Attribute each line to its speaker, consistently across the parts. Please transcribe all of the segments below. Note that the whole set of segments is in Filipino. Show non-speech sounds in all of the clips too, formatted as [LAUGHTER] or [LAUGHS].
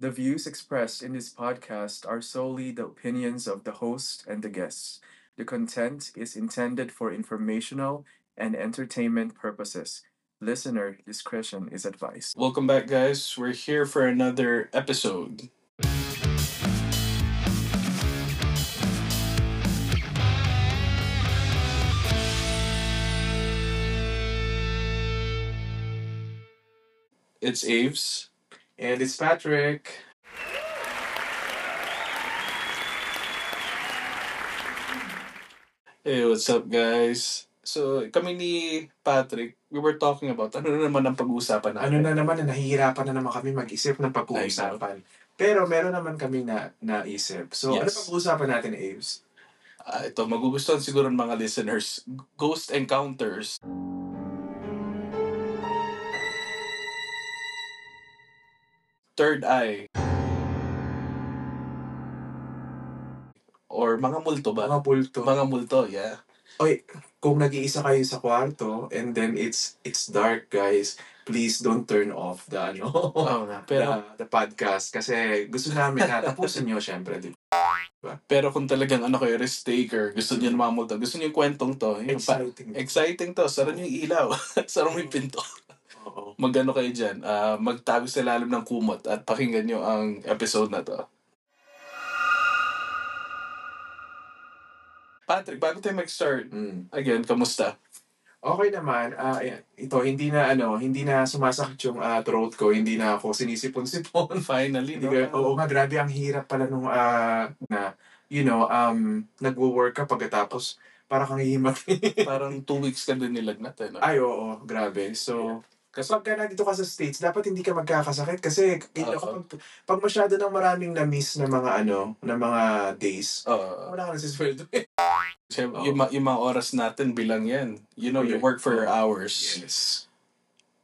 Speaker 1: The views expressed in this podcast are solely the opinions of the host and the guests. The content is intended for informational and entertainment purposes. Listener discretion is advised.
Speaker 2: Welcome back, guys. We're here for another episode. It's Aves.
Speaker 1: And it's Patrick.
Speaker 2: Hey, what's up, guys? So, kami ni Patrick, we were talking about ano na naman ang pag-uusapan natin.
Speaker 1: Ano na naman, na nahihirapan na naman kami mag-isip ng pag-uusapan. Pero meron naman kami na naisip. So ano
Speaker 2: Yes.
Speaker 1: pag-uusapan natin, Aves?
Speaker 2: Ah, ito, magugustuhan siguro ng mga listeners. Ghost encounters. Third eye. Or mga multo ba?
Speaker 1: Mga bulto.
Speaker 2: Mga multo, yeah.
Speaker 1: kung nag-iisa kayo sa kwarto and then it's it's dark guys please don't turn off the ano
Speaker 2: Oo nga. Pero,
Speaker 1: the, the podcast kasi gusto namin na tapusin nyo syempre di ba?
Speaker 2: pero kung talagang ano kayo, risk taker, gusto niyo ng mga multo, gusto niyo yung kwentong to. Yung pa-
Speaker 1: exciting
Speaker 2: exciting to. Sara niyo yung ilaw. [LAUGHS] Sara mo yung pinto.
Speaker 1: oo
Speaker 2: magano kayo dyan, ah, magtago sa lalim ng kumot at pakinggan nyo ang episode na to. Patrick, bago tayo mag-start,
Speaker 1: Mm.
Speaker 2: again, kamusta?
Speaker 1: okay naman ah, ayan. ito hindi na ano hindi na sumasakit yung ah, throat ko hindi na ako sinisipon-sipon [LAUGHS]
Speaker 2: Finally,
Speaker 1: Hindi
Speaker 2: no?
Speaker 1: ka- oo nga, grabe ang hirap pala nung ah, na, you know, um, nagwo-work ka pagkatapos para kang hihimatay. [LAUGHS]
Speaker 2: Parang two weeks ka din nilagnat, eh, no?
Speaker 1: Ay, oo, grabe. So, kasi pagka nandito ka sa States, dapat hindi ka magkakasakit kasi you know,
Speaker 2: Oo.
Speaker 1: kapag, pag masyado ng maraming na-miss na mga ano, na mga days,
Speaker 2: Oo.
Speaker 1: wala ka na sa sweldo.
Speaker 2: Siyem- yung, ma- yung mga oras natin bilang yan. You know, you
Speaker 1: Correct.
Speaker 2: work for your
Speaker 1: Oo.
Speaker 2: hours.
Speaker 1: yes.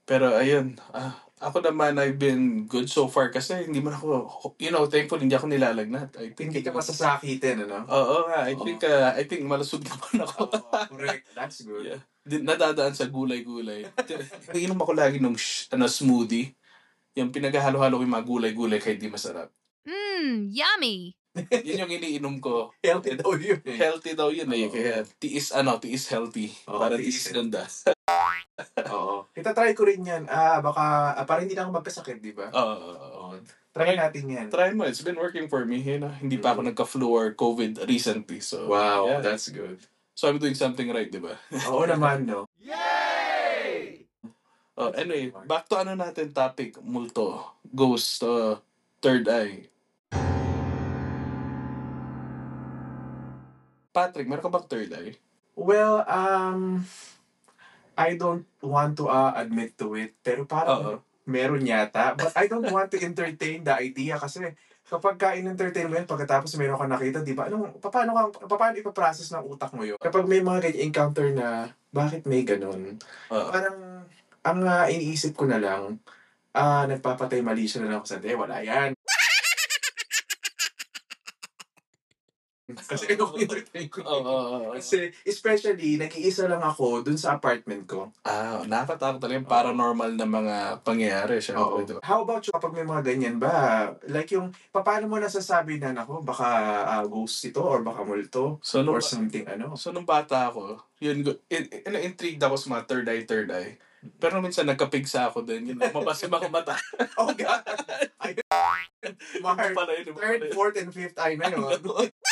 Speaker 2: Pero ayun, ah, ako naman, I've been good so far kasi hindi man ako, you know, thankful hindi ako nilalagnat. I think,
Speaker 1: Hindi ka masasakitin,
Speaker 2: [LAUGHS]
Speaker 1: ano?
Speaker 2: Oo nga, I
Speaker 1: Oo.
Speaker 2: think, ah, I think malusog [LAUGHS] naman ako.
Speaker 1: Oo, correct. That's good.
Speaker 2: Yeah. Di- nadadaan sa gulay-gulay. [LAUGHS] Inom ako lagi nung sh- ano, smoothie. Yung pinaghalo-halo ko yung mga gulay-gulay kahit di masarap.
Speaker 3: Mmm, yummy.
Speaker 2: Yun yung iniinom
Speaker 1: [LAUGHS]
Speaker 2: ko.
Speaker 1: Healthy daw yun eh.
Speaker 2: Healthy daw yun eh.
Speaker 1: Oo.
Speaker 2: Kaya tiis ano, tiis healthy.
Speaker 1: Oo,
Speaker 2: para
Speaker 1: tiis
Speaker 2: tiis
Speaker 1: healthy. [LAUGHS]
Speaker 2: ganda.
Speaker 1: Oo. Itatry ko rin yan. Ah, baka, ah, para hindi na ako magkasakit, di ba?
Speaker 2: Oo.
Speaker 1: Oo. Try natin yan.
Speaker 2: Try mo. It's been working for me. You know? Hindi pa ako nagka-flu or COVID recently. So,
Speaker 1: Mm. Wow,
Speaker 2: yeah.
Speaker 1: that's good.
Speaker 2: so I'm doing something right, di ba?
Speaker 1: [LAUGHS] Oo naman, no?
Speaker 2: Oh, anyway, back to ano natin topic, multo, ghost, uh, third eye. Patrick, meron ka bang third eye?
Speaker 1: Well, um, I don't want to uh, admit to it, pero parang
Speaker 2: Oo.
Speaker 1: meron yata. But I don't want to entertain the idea kasi kapag ka in-entertain mo yan, pagkatapos meron ka nakita, di ba? Anong, paano, ka, paano ipaprocess ng utak mo yun? Kapag may mga ganyan encounter na, bakit may ganun?
Speaker 2: Oo.
Speaker 1: Parang, ang ah, iniisip ko na lang, ah, nagpapatay mali siya na lang ako sa, "Hindi, wala yan. Kasi [LAUGHS] ayoko entertain ko.
Speaker 2: Oo, oo, oo.
Speaker 1: Kasi, especially, nag-iisa lang ako dun sa apartment ko.
Speaker 2: Ah, nakatakot talaga yung paranormal na mga pangyayari. Siyempre,
Speaker 1: Oo.
Speaker 2: di ba?
Speaker 1: How about you kapag may mga ganyan ba? Like yung, pa- paano mo nasasabi na, nako, baka ah, ghost ito or baka multo
Speaker 2: So, nung,
Speaker 1: or something [LAUGHS] ano?
Speaker 2: so, nung bata ako, yun, go- in, in, intrigued ako sa mga third eye, third eye. Pero minsan nagkapigsa ako din. Yun, mabasim ako [LAUGHS] mata.
Speaker 1: Oh, God! Ay, Mark,
Speaker 2: Pala yun, pala
Speaker 1: third,
Speaker 2: yun.
Speaker 1: fourth, and fifth ano? eye
Speaker 2: Ano
Speaker 1: na yun.
Speaker 2: [LAUGHS]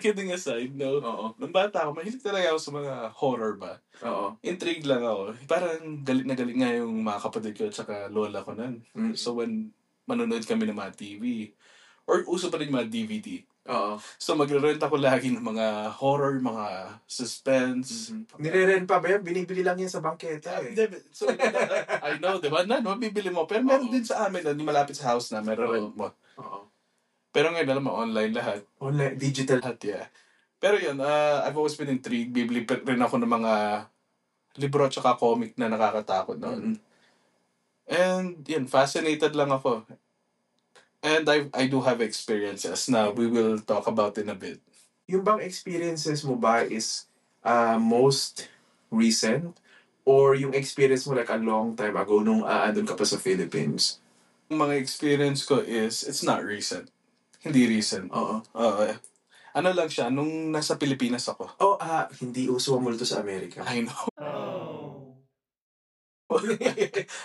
Speaker 2: Kidding aside,
Speaker 1: [LAUGHS]
Speaker 2: no.
Speaker 1: Oo.
Speaker 2: Nung bata ako, mahilig talaga ako sa mga horror ba.
Speaker 1: Oo.
Speaker 2: Intrigued lang ako. Parang galit na galit nga yung mga kapatid ko at saka lola ko nun.
Speaker 1: Mm.
Speaker 2: So when manonood kami ng mga TV, or uso pa rin yung mga DVD.
Speaker 1: Oo.
Speaker 2: So magre-rent ako lagi ng mga horror, mga suspense.
Speaker 1: Mhm. Nire-rent pa ba yun? Binibili lang yan sa bangketa eh.
Speaker 2: Diba? So, [LAUGHS] I know, di ba? Na, no, bibili mo. Pero meron
Speaker 1: Oo.
Speaker 2: din sa amin, no, malapit sa house na, meron rent mo.
Speaker 1: Oo.
Speaker 2: Pero ngayon, alam mo, online lahat.
Speaker 1: Online, digital.
Speaker 2: Lahat, yeah. Pero yun, ah, I've always been intrigued. Bibili pa rin ako ng mga libro at saka comic na nakakatakot noon.
Speaker 1: Mhm.
Speaker 2: And yun, fascinated lang ako. And I, I do have experiences na we will talk about in a bit.
Speaker 1: Yung bang experiences mo ba is ah, most recent Or yung experience mo like a long time ago nung aandun ka pa sa Philippines?
Speaker 2: Ang mga experience ko is, it's not recent. Hindi recent.
Speaker 1: Oo.
Speaker 2: Oo. eh. ano lang siya, nung nasa Pilipinas ako.
Speaker 1: Oh, ah, hindi uso ang multo sa Amerika.
Speaker 2: I know.
Speaker 1: Oh. [LAUGHS]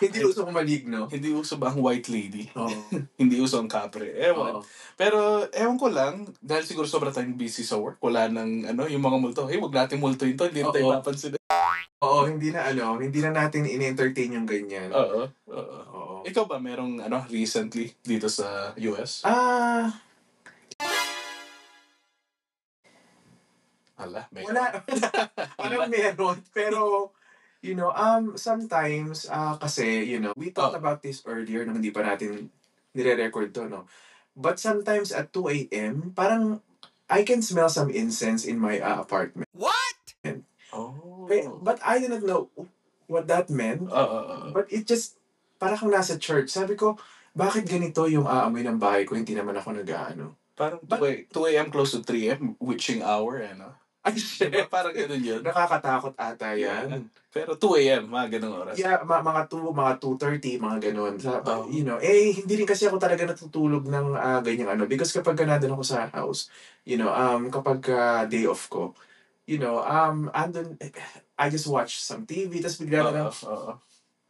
Speaker 1: hindi uso ang maligno.
Speaker 2: Hindi uso ba ang white lady?
Speaker 1: [LAUGHS] Oo.
Speaker 2: Hindi uso ang kapre.
Speaker 1: Oo.
Speaker 2: Ewan. Pero, ewan ko lang, dahil siguro sobra tayong busy sa work, wala nang, ano, yung mga multo. Hey, wag natin multuin to, hindi na tayo
Speaker 1: Oo.
Speaker 2: papansin.
Speaker 1: Oo, hindi na ano, hindi na natin in-entertain yung ganyan.
Speaker 2: Oo. Oo.
Speaker 1: Oo.
Speaker 2: Ikaw ba, merong, ano, recently dito sa US?
Speaker 1: Ah,
Speaker 2: Ala, may. [LAUGHS]
Speaker 1: Wala. [LAUGHS] Parang meron. Pero, you know, um, sometimes, ah, kasi, you know, we talked
Speaker 2: Oh.
Speaker 1: about this earlier nung hindi pa natin nire-record to, no? But sometimes at 2 a.m., parang I can smell some incense in my ah, apartment.
Speaker 2: Oh.
Speaker 1: Okay, But I didn't know what that meant.
Speaker 2: Oo. oo.
Speaker 1: But it just, parang kung nasa church, sabi ko, bakit ganito yung aamoy ng bahay ko? Hindi naman ako nag-ano.
Speaker 2: Parang
Speaker 1: But-
Speaker 2: 2 2 a.m. close to 3 a.m. witching hour, ano?
Speaker 1: [LAUGHS] Ay,
Speaker 2: Diba?
Speaker 1: shit.
Speaker 2: Parang ganun yun.
Speaker 1: Nakakatakot ata yan.
Speaker 2: Pero 2 a.m., mga ganung oras.
Speaker 1: Yeah, ma- mga 2, mga 2.30, mga ganun. Sa,
Speaker 2: Oh.
Speaker 1: You know, eh, hindi rin kasi ako talaga natutulog ng ah, ganyang ano. Because kapag ka nandun ako sa house, you know, um, kapag ka day off ko, you know, um, andun, I just watch some TV, tapos bigla na lang,
Speaker 2: Oo, oo.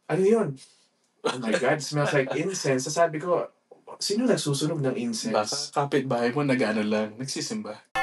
Speaker 1: ano yun? Oh my God, smells like incense. Tapos sabi ko, sino nagsusunog ng
Speaker 2: Baka
Speaker 1: incense?
Speaker 2: kapitbahay mo nag-ano lang, nagsisimba. [LAUGHS]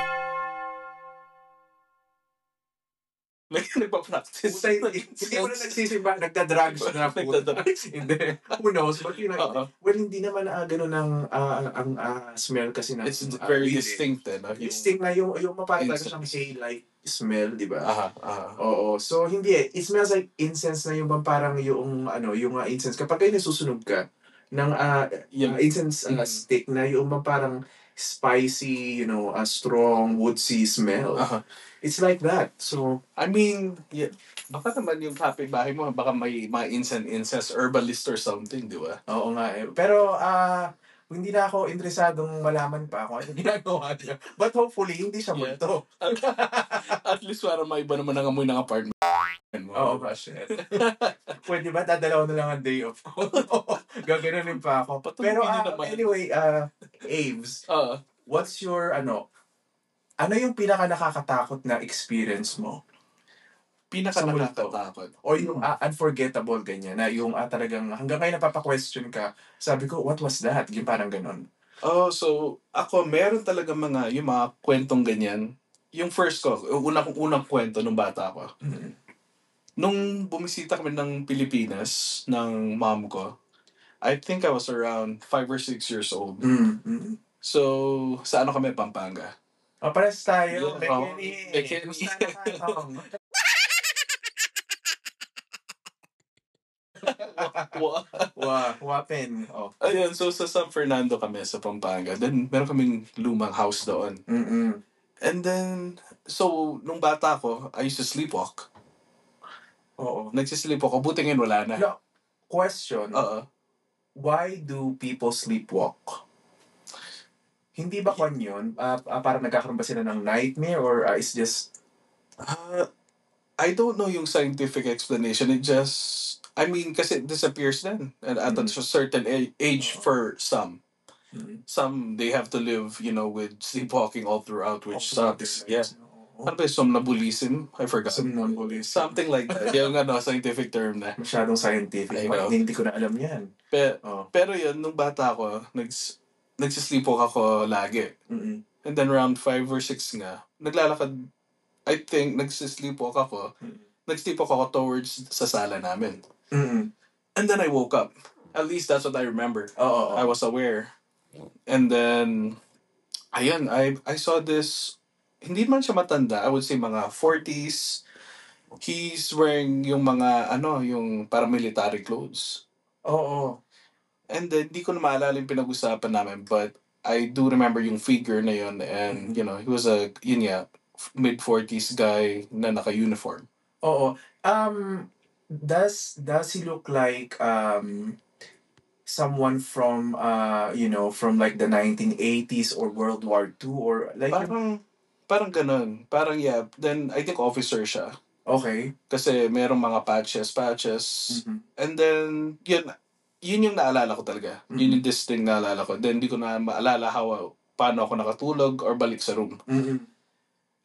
Speaker 2: Nag- Nagpa-practice.
Speaker 1: Puta, hindi hindi mo na nagsisimba, nagda-drugs na puta.
Speaker 2: Nagdadrugs.
Speaker 1: [LAUGHS] Hindi, who knows? But you know,
Speaker 2: Oo.
Speaker 1: well, hindi naman ah, ganun ang, ah, ang ah, smell kasi ng
Speaker 2: It's
Speaker 1: ah,
Speaker 2: very
Speaker 1: weed, eh.
Speaker 2: distinct, eh. No? Yung-
Speaker 1: Distinct na yung, yung mapapatag
Speaker 2: Incense.
Speaker 1: siyang hay-like smell, di ba?
Speaker 2: Aha, aha.
Speaker 1: Oo. So, hindi eh. It smells like incense na yung bang parang yung, ano, yung ah, incense. Kapag kayo nasusunog ka ng ah, ah,
Speaker 2: Yung-
Speaker 1: incense ah,
Speaker 2: Mm.
Speaker 1: stick na yung bang parang spicy, you know, a strong, woodsy smell.
Speaker 2: aha.
Speaker 1: It's like that. So,
Speaker 2: I mean, yeah. baka naman yung kapitbahay mo, baka may mga incest-incest herbalist or something, di ba?
Speaker 1: oo nga eh. Pero, ah, hindi na ako interesadong malaman pa kung ano [LAUGHS] ginagawa niya. But hopefully, hindi siya
Speaker 2: Yeah.
Speaker 1: multo.
Speaker 2: [LAUGHS] At least parang may iba naman ang amoy ng apartment. mo,
Speaker 1: Oo,
Speaker 2: diba?
Speaker 1: shit. [LAUGHS] Pwede ba? Dadalaw na lang ang day off ko. [LAUGHS] Gaganunin pa ako.
Speaker 2: Patungin
Speaker 1: Pero ah,
Speaker 2: na naman.
Speaker 1: anyway, uh, Aves,
Speaker 2: [LAUGHS] Oo.
Speaker 1: what's your, ano, ano yung pinaka nakakatakot na experience mo?
Speaker 2: pinaka
Speaker 1: Sa multo.
Speaker 2: nakakatakot.
Speaker 1: Or yung ah, unforgettable, ganyan, na yung ah, talagang hanggang ngayon napapa-question ka. Sabi ko, what was that? Yung parang ganun.
Speaker 2: Oh, so ako meron talaga mga yung mga kwentong ganyan. Yung first ko, yung una kong unang kwento nung bata ako.
Speaker 1: Mm.
Speaker 2: Nung bumisita kami ng Pilipinas ng mom ko, I think I was around 5 or 6 years old.
Speaker 1: Mm, mm.
Speaker 2: So, sa ano kami, Pampanga.
Speaker 1: Oh, pares tayo.
Speaker 2: Yeah, oh,
Speaker 1: Bekeni.
Speaker 2: Bekeni.
Speaker 1: Kumusta na
Speaker 2: [LAUGHS]
Speaker 1: ka? Oh.
Speaker 2: Wa-
Speaker 1: Wa, wapen. Oh.
Speaker 2: Ayun, so sa San Fernando kami, sa Pampanga. Then, meron kaming lumang house doon.
Speaker 1: Mm-mm.
Speaker 2: And then, so, nung bata ko, I used to sleepwalk.
Speaker 1: Oo.
Speaker 2: Nagsisleepwalk ako, buti ngayon wala na.
Speaker 1: No. Question.
Speaker 2: Oo.
Speaker 1: why do people sleepwalk? Hindi ba kon yun? Ah, ah, parang nagkakaroon ba sila ng nightmare or ah, it's just...
Speaker 2: Uh, I don't know yung scientific explanation. It just, I mean, kasi it disappears then at, at a
Speaker 1: Mm.
Speaker 2: certain a- age
Speaker 1: Oo.
Speaker 2: for some.
Speaker 1: Mm.
Speaker 2: Mm-hmm. Some, they have to live, you know, with sleepwalking all throughout, which sucks. Yeah.
Speaker 1: Oo.
Speaker 2: Ano ba yung somnambulism? I forgot.
Speaker 1: Somnambulism.
Speaker 2: Something like that. yung ano, scientific term na.
Speaker 1: Masyadong scientific.
Speaker 2: I know.
Speaker 1: Parang hindi ko na alam yan.
Speaker 2: Pero,
Speaker 1: Oh.
Speaker 2: pero yun, nung bata ako, nags, nagsisleepwalk ako lagi.
Speaker 1: Mm-mm.
Speaker 2: And then around 5 or 6 nga, naglalakad, I think, nagsisleepwalk ako.
Speaker 1: Mm.
Speaker 2: Nagsleepwalk ako towards sa sala namin.
Speaker 1: Mm-mm.
Speaker 2: And then I woke up. At least that's what I remember.
Speaker 1: Oo. oo.
Speaker 2: I was aware. And then, ayun, I, I saw this, hindi man siya matanda, I would say mga 40s. He's wearing yung mga, ano, yung paramilitary clothes.
Speaker 1: Oo.
Speaker 2: And then, di ko na maalala yung pinag-usapan namin, but I do remember yung figure na yun. And, you know, he was a, yun nga, mid-40s guy na naka-uniform.
Speaker 1: Oo. Um, does, does he look like um, someone from, uh, you know, from like the 1980s or World War II or like...
Speaker 2: Parang, parang ganun. Parang, yeah. Then, I think officer siya.
Speaker 1: Okay.
Speaker 2: Kasi merong mga patches, patches.
Speaker 1: Mhm.
Speaker 2: And then, yun, yun yung naalala ko talaga. Yun yung distinct naalala ko. Then, hindi ko na maalala how, paano ako nakatulog or balik sa room.
Speaker 1: Mhm.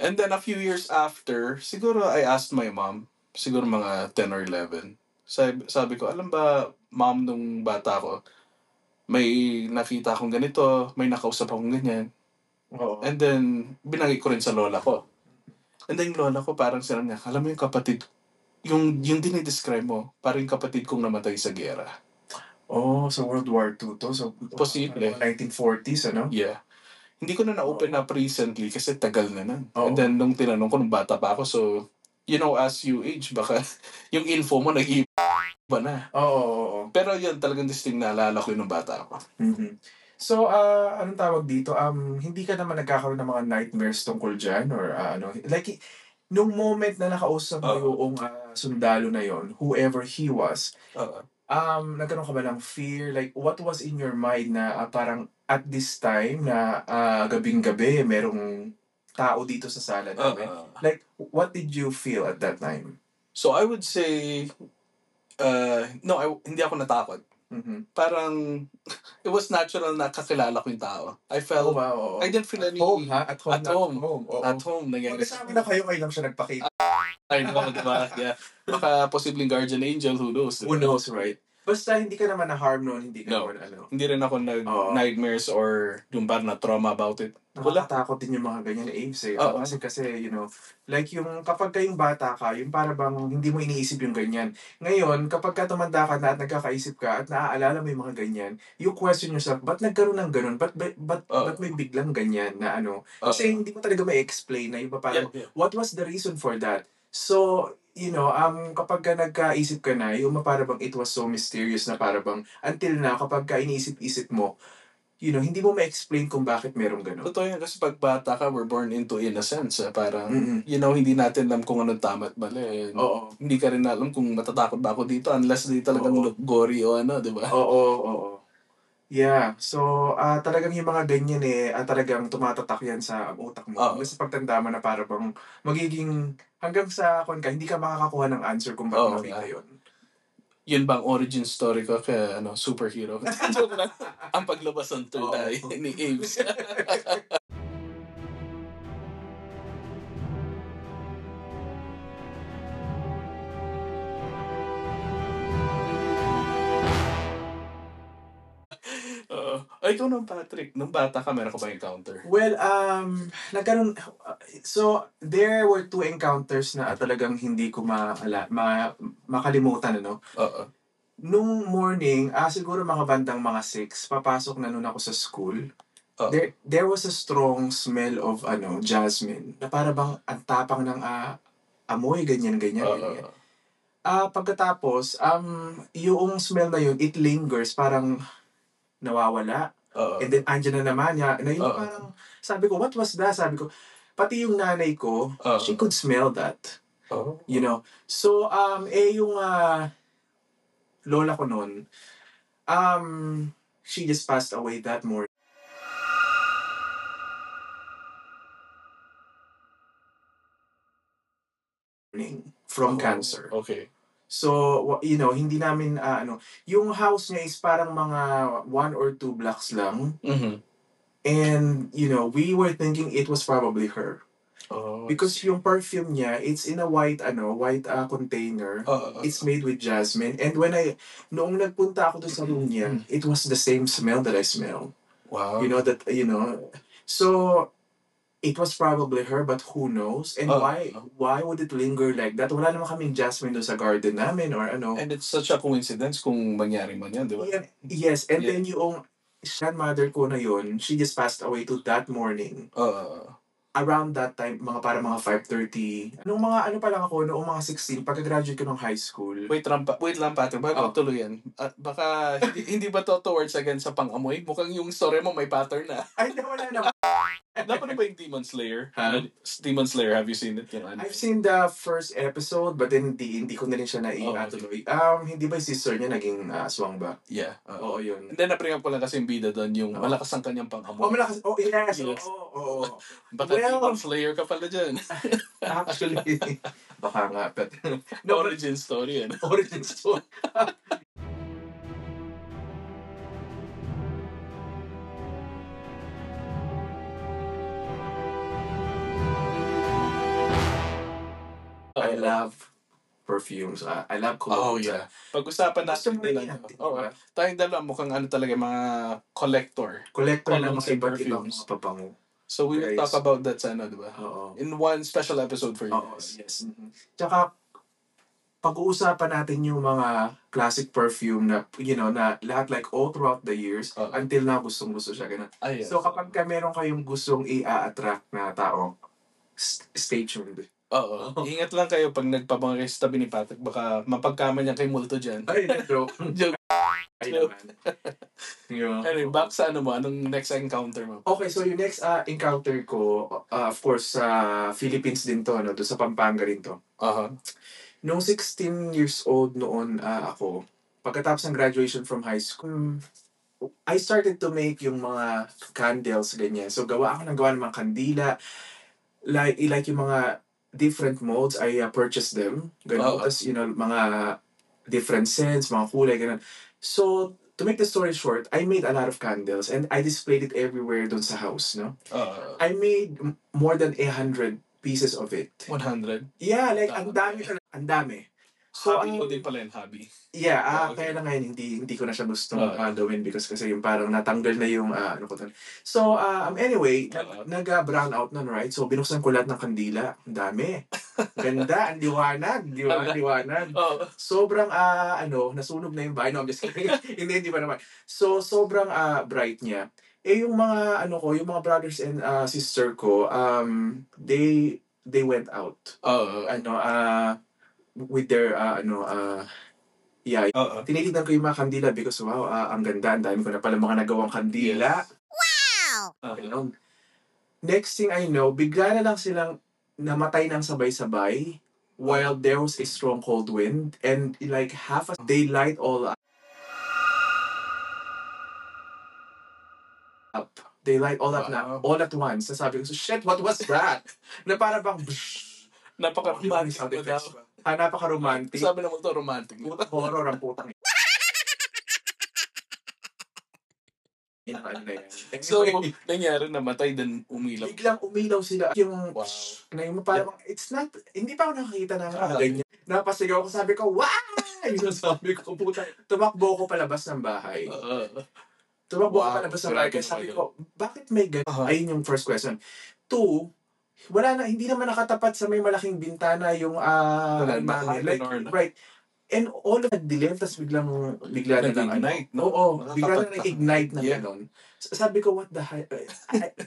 Speaker 2: And then, a few years after, siguro I asked my mom, siguro mga 10 or 11. Sabi, sabi ko, alam ba, mom, nung bata ko, may nakita akong ganito, may nakausap akong ganyan.
Speaker 1: Oo.
Speaker 2: And then, binagi ko rin sa lola ko. And then, yung lola ko parang sinabi niya, alam mo yung kapatid, yung, yung dinidescribe mo, parang yung kapatid kong namatay sa gera.
Speaker 1: Oh, so World War II to. So, Ano,
Speaker 2: Posible.
Speaker 1: 1940s, ano?
Speaker 2: Yeah. Hindi ko na na-open up recently kasi tagal na na.
Speaker 1: Oo.
Speaker 2: And then, nung tinanong ko, nung bata pa ako, so, you know, as you age, baka [LAUGHS] yung info mo nag-iiba na.
Speaker 1: Oo, oo, oo.
Speaker 2: Pero yun, talagang distinct naalala ko yun nung bata ako.
Speaker 1: Mhm. So, ah anong tawag dito? Um, hindi ka naman nagkakaroon ng mga nightmares tungkol dyan? Or ah, ano? Like, i- nung moment na nakausap mo
Speaker 2: Oo.
Speaker 1: yung ah, sundalo na yon, whoever he was,
Speaker 2: Oo.
Speaker 1: um, nagkaroon ka ba ng fear? Like, what was in your mind na ah, parang at this time na ah, gabing-gabi, merong tao dito sa sala namin? Like, what did you feel at that time?
Speaker 2: so, I would say, uh, no, I, hindi ako natakot.
Speaker 1: Mhm.
Speaker 2: parang [LAUGHS] it was natural na kakilala ko yung tao. I
Speaker 1: Oh,
Speaker 2: felt,
Speaker 1: wow. oo.
Speaker 2: I didn't feel
Speaker 1: At
Speaker 2: any,
Speaker 1: home, ha? At home.
Speaker 2: At
Speaker 1: na-
Speaker 2: home.
Speaker 1: oo.
Speaker 2: at home, nangyari.
Speaker 1: Magkasama na kayo, kayo lang siya nagpakita.
Speaker 2: [LAUGHS] I know, diba? Yeah. Baka posibleng guardian angel, who knows?
Speaker 1: Who
Speaker 2: diba?
Speaker 1: knows, right? Basta hindi ka naman na-harm noon, hindi ka
Speaker 2: No.
Speaker 1: naman ano.
Speaker 2: Hindi rin ako nag
Speaker 1: Oo.
Speaker 2: nightmares or yung bar na trauma about it. Wala.
Speaker 1: Nakakatakot din yung mga ganyan Aves eh.
Speaker 2: Oo.
Speaker 1: Kasi kasi, you know, like yung kapag kayong bata ka, yung para bang hindi mo iniisip yung ganyan. Ngayon, kapag ka tumanda ka na at nagkakaisip ka at naaalala mo yung mga ganyan, you question yourself, ba't nagkaroon ng ganun? Ba't, ba't, ba't,
Speaker 2: Oo.
Speaker 1: ba't may biglang ganyan na ano?
Speaker 2: Oo.
Speaker 1: Kasi hindi mo talaga may explain na iba parang,
Speaker 2: Yeah, yeah.
Speaker 1: what was the reason for that? So, you know, um, kapag ka nagkaisip ka na, yung para bang it was so mysterious na para bang until na kapag ka iniisip-isip mo, you know, hindi mo ma-explain kung bakit merong ganun.
Speaker 2: Totoo yan kasi pag bata ka, we're born into innocence. eh. Parang,
Speaker 1: Mm-mm.
Speaker 2: you know, hindi natin alam kung anong tama at mali. And
Speaker 1: Oo.
Speaker 2: Hindi ka rin alam kung matatakot ba ako dito unless di talagang
Speaker 1: Oo.
Speaker 2: look gory o ano, di ba?
Speaker 1: Oo, oo. Yeah, so ah talagang yung mga ganyan eh, ah, talagang tumatatak yan sa utak mo.
Speaker 2: Oo.
Speaker 1: Hanggang sa pagtanda mo na para bang magiging hanggang sa kon ka, hindi ka makakakuha ng answer kung bakit
Speaker 2: Oo,
Speaker 1: nakita
Speaker 2: nga.
Speaker 1: yun.
Speaker 2: yun bang origin story ko kaya
Speaker 1: [LAUGHS]
Speaker 2: ano, superhero? Joke lang. Ang paglabas ng third
Speaker 1: Oo.
Speaker 2: eye ni Ames. [LAUGHS] Oo. Ay, ikaw nung Patrick, nung bata ka, meron ka ba encounter?
Speaker 1: Well, um, nagkaroon, so there were two encounters na talagang hindi ko maala, ma, makalimutan, ano?
Speaker 2: Oo.
Speaker 1: Nung morning, ah, siguro mga bandang mga 6, papasok na nun ako sa school.
Speaker 2: Oo.
Speaker 1: There, there was a strong smell of ano, jasmine. Na para bang ang tapang ng ah, amoy, ganyan, ganyan.
Speaker 2: Oo.
Speaker 1: ganyan. Ah, pagkatapos, um, yung smell na yun, it lingers, parang nawawala.
Speaker 2: Oo.
Speaker 1: And then, andyan na naman. Ya, na yun,
Speaker 2: Oo.
Speaker 1: parang, sabi ko, what was that? Sabi ko, pati yung nanay ko,
Speaker 2: Oo.
Speaker 1: she could smell that.
Speaker 2: Oo.
Speaker 1: You know? So, um, eh, yung ah, lola ko noon, um, she just passed away that morning. from
Speaker 2: Oo.
Speaker 1: cancer.
Speaker 2: Okay.
Speaker 1: So, wa- you know, hindi namin, ah, ano, yung house niya is parang mga one or two blocks lang.
Speaker 2: Mhm.
Speaker 1: And, you know, we were thinking it was probably her.
Speaker 2: Oo.
Speaker 1: Because yung perfume niya, it's in a white, ano, white ah, container.
Speaker 2: Oo.
Speaker 1: It's made with jasmine. And when I, noong nagpunta ako doon sa room niya,
Speaker 2: Mm-hmm.
Speaker 1: it was the same smell that I smell.
Speaker 2: Wow.
Speaker 1: You know, that, you know. So, it was probably her, but who knows? And
Speaker 2: Oo.
Speaker 1: why why would it linger like that? Wala naman kaming jasmine doon sa garden namin or ano.
Speaker 2: And it's such a coincidence kung mangyari man yan, Eh, di ba?
Speaker 1: Yeah, yes, and
Speaker 2: Yeah.
Speaker 1: then yung grandmother ko na yun, she just passed away to that morning.
Speaker 2: Oo.
Speaker 1: Around that time, mga para mga 5.30. Nung mga ano pa lang ako, noong mga 16, pagka-graduate ko ng high school.
Speaker 2: Wait lang, pa- wait lang Patrick, bago
Speaker 1: Oo.
Speaker 2: tuloy yan. Ah, baka
Speaker 1: [LAUGHS]
Speaker 2: hindi, hindi ba to towards again sa pang-amoy? Mukhang yung story mo may pattern na. [LAUGHS]
Speaker 1: Ay, hindi, wala naman.
Speaker 2: Napanood ba yung Demon Slayer?
Speaker 1: Ha?
Speaker 2: Ano, Demon Slayer, have you seen it? Yung ano?
Speaker 1: I've seen the first episode, but then hindi, hindi ko na rin siya
Speaker 2: Oo.
Speaker 1: naiatuloy. Um, hindi ba yung sister niya naging uh, aswang ba?
Speaker 2: Yeah. Uh,
Speaker 1: Oo, yun.
Speaker 2: and then, napring up ko lang kasi yung bida doon, yung
Speaker 1: Oo.
Speaker 2: malakas ang kanyang pang-amoy.
Speaker 1: Oh, malakas. Oh, yes.
Speaker 2: Yes.
Speaker 1: Oo, oo, oo.
Speaker 2: Baka Well,
Speaker 1: Well,
Speaker 2: player ka
Speaker 1: [LAUGHS]
Speaker 2: pala dyan. [LAUGHS]
Speaker 1: actually, baka nga. But, [LAUGHS] no, but
Speaker 2: Origin story yan.
Speaker 1: origin story. I love perfumes. ah, I, I love cologne.
Speaker 2: Oh, yeah. Pag-usapan
Speaker 1: Gusto
Speaker 2: natin
Speaker 1: mo rin
Speaker 2: nila.
Speaker 1: yan. di
Speaker 2: Oo.
Speaker 1: ba?
Speaker 2: Tayong dalawa mukhang ano talaga mga collector.
Speaker 1: Collector ng
Speaker 2: Colognes
Speaker 1: mga
Speaker 2: and
Speaker 1: iba't ibang
Speaker 2: perfumes.
Speaker 1: mga pabango.
Speaker 2: So we will
Speaker 1: Guys.
Speaker 2: talk about that sa ano, di ba?
Speaker 1: Oo.
Speaker 2: In one special episode for you
Speaker 1: Oo,
Speaker 2: guys.
Speaker 1: yes. Mm-hmm. Tsaka, pag-uusapan natin yung mga classic perfume na, you know, na lahat like all throughout the years
Speaker 2: Oo.
Speaker 1: until na gustong-gusto siya. Ganun.
Speaker 2: Ah, yes.
Speaker 1: So, kapag ka meron kayong gustong i-attract na tao, s- stay tuned.
Speaker 2: Oo. Ingat lang kayo pag nagpabango kayo sa tabi ni Patrick. Baka mapagkama niya kay Multo dyan.
Speaker 1: [LAUGHS] Ay, joke.
Speaker 2: Joke.
Speaker 1: Ay, naman. Yeah.
Speaker 2: Anyway, back sa ano mo. Anong next encounter mo?
Speaker 1: Okay, so yung next ah, encounter ko, ah, of course, sa Philippines din to, no? Doon sa Pampanga rin to.
Speaker 2: Aha.
Speaker 1: Nung 16 years old noon ah, ako, pagkatapos ng graduation from high school, mm, I started to make yung mga candles, ganyan. So, gawa ako ng gawa ng mga kandila. Like, like yung mga different molds, I ah, purchased them. Ganun.
Speaker 2: Oo.
Speaker 1: Tapos, you know, mga different scents, mga kulay, ganun. So, to make the story short, I made a lot of candles and I displayed it everywhere doon sa house, no?
Speaker 2: Oo.
Speaker 1: I made m- more than 800 pieces of it.
Speaker 2: 100.
Speaker 1: Yeah, like,
Speaker 2: Tama.
Speaker 1: ang dami, talaga, ang dami. So,
Speaker 2: hobby
Speaker 1: ang-
Speaker 2: ko din pala yun, hobby.
Speaker 1: Yeah, ah, kaya
Speaker 2: Okay.
Speaker 1: na ngayon hindi hindi ko na siya gustong
Speaker 2: Okay.
Speaker 1: ah, gawin because kasi yung parang natanggal na yung ah, ano ko to. So, ah, um, anyway,
Speaker 2: Okay.
Speaker 1: nag-brown out nun, right? So, binuksan ko lahat ng kandila. Ang dami. Ganda, ang liwanag, di ba? Ang liwanag.
Speaker 2: Oo.
Speaker 1: Sobrang, ah, ano, nasunog na yung bahay. No, I'm just kidding. [LAUGHS] hindi, hindi pa naman. So, sobrang ah, bright niya. Eh, yung mga, ano ko, yung mga brothers and ah, sister ko, um, they, they went out.
Speaker 2: Oo.
Speaker 1: Ano, ah, with their, ah, ano, ah, yeah,
Speaker 2: Oo.
Speaker 1: Tinitignan ko yung mga kandila because wow, ah, ang ganda, ang dami ko na pala mga nagawang kandila.
Speaker 2: Oo.
Speaker 1: Ganun. Next thing I know, bigla na lang silang namatay ng sabay-sabay while there was a strong cold wind and in like half a daylight all up. up. They light all up na,
Speaker 2: Wow.
Speaker 1: all at once. Nasabi ko, so, shit, what was that? [LAUGHS] na para bang, psh,
Speaker 2: Napaka-romantic
Speaker 1: Sound
Speaker 2: mo daw.
Speaker 1: effects. ah, napaka-romantic.
Speaker 2: Sabi naman to, romantic.
Speaker 1: Puta horror ang putang ina. Yun ang ano na yan.
Speaker 2: So,
Speaker 1: Anyway,
Speaker 2: nangyari na matay din umilaw.
Speaker 1: biglang umilaw sila. Yung,
Speaker 2: Wow.
Speaker 1: na yung parang, it's not, hindi pa ako nakakita ng
Speaker 2: Grabe.
Speaker 1: Ah, ganyan. Napasigaw ko, sabi ko, wow! Yung [LAUGHS] sabi ko, puta. Tumakbo ko palabas ng bahay.
Speaker 2: Oo.
Speaker 1: Tumakbo
Speaker 2: Wow,
Speaker 1: ko palabas ng bahay.
Speaker 2: grabe
Speaker 1: Kaya sabi
Speaker 2: naman
Speaker 1: ko, bakit may ganyan?
Speaker 2: Aha.
Speaker 1: Ayun yung first question. Two, wala na, hindi naman nakatapat sa may malaking bintana yung ah,
Speaker 2: Wala,
Speaker 1: almanac.
Speaker 2: bahay,
Speaker 1: Like,
Speaker 2: Lord.
Speaker 1: right. And all of that dilim, tapos biglang, bigla na lang, ano,
Speaker 2: Nag-ignite, no?
Speaker 1: Oo,
Speaker 2: Nakakapagtaka.
Speaker 1: bigla na nag-ignite na
Speaker 2: Yeah.
Speaker 1: ganun. S- Sabi ko, what the hell?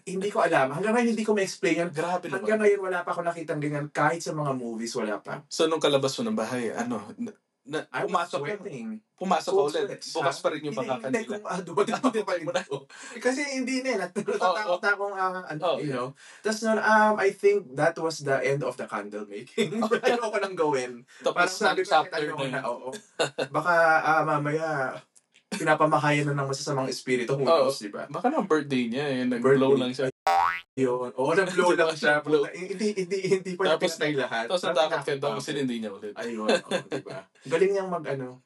Speaker 1: hindi ko alam. Hanggang ngayon, hindi ko ma-explain yan.
Speaker 2: Grabe
Speaker 1: Hanggang
Speaker 2: naman.
Speaker 1: ngayon, wala pa ako nakitang ganyan. Kahit sa mga movies, wala pa.
Speaker 2: So, nung kalabas mo ng bahay, ano, na, na,
Speaker 1: I was
Speaker 2: pumasok, ka-
Speaker 1: sweating.
Speaker 2: pumasok ka
Speaker 1: Cold
Speaker 2: ulit.
Speaker 1: sweats,
Speaker 2: Bukas
Speaker 1: ha?
Speaker 2: pa rin yung mga
Speaker 1: Hinihintay
Speaker 2: kanila.
Speaker 1: kong ah, dumating pa
Speaker 2: Hinihintay [LAUGHS] mo na.
Speaker 1: ako. Kasi hindi na eh. Nat- Natatakot na akong, ah, ano,
Speaker 2: Oo.
Speaker 1: you know. Tapos noon, um, I think that was the end of the candle
Speaker 2: [LAUGHS]
Speaker 1: making. [LAUGHS] Ayoko ko nang gawin.
Speaker 2: Tapos
Speaker 1: Parang
Speaker 2: na
Speaker 1: sabi ko,
Speaker 2: chapter
Speaker 1: ano
Speaker 2: na yun.
Speaker 1: na,
Speaker 2: [LAUGHS]
Speaker 1: oo. Baka ah, mamaya, pinapamakayan na ng masasamang espiritu. Who
Speaker 2: Oo.
Speaker 1: knows, di ba?
Speaker 2: Baka na birthday niya, eh,
Speaker 1: Birthday.
Speaker 2: nag-blow lang siya.
Speaker 1: Yun. Oo, nag-blow lang siya.
Speaker 2: Blow.
Speaker 1: Puta, Hindi, hindi, hindi pa
Speaker 2: Diba? Tapos-
Speaker 1: tapos na lahat.
Speaker 2: Tapos natakot ka, tapos sinindi niya ulit.
Speaker 1: Ayun, oo, diba? Galing niyang mag, ano.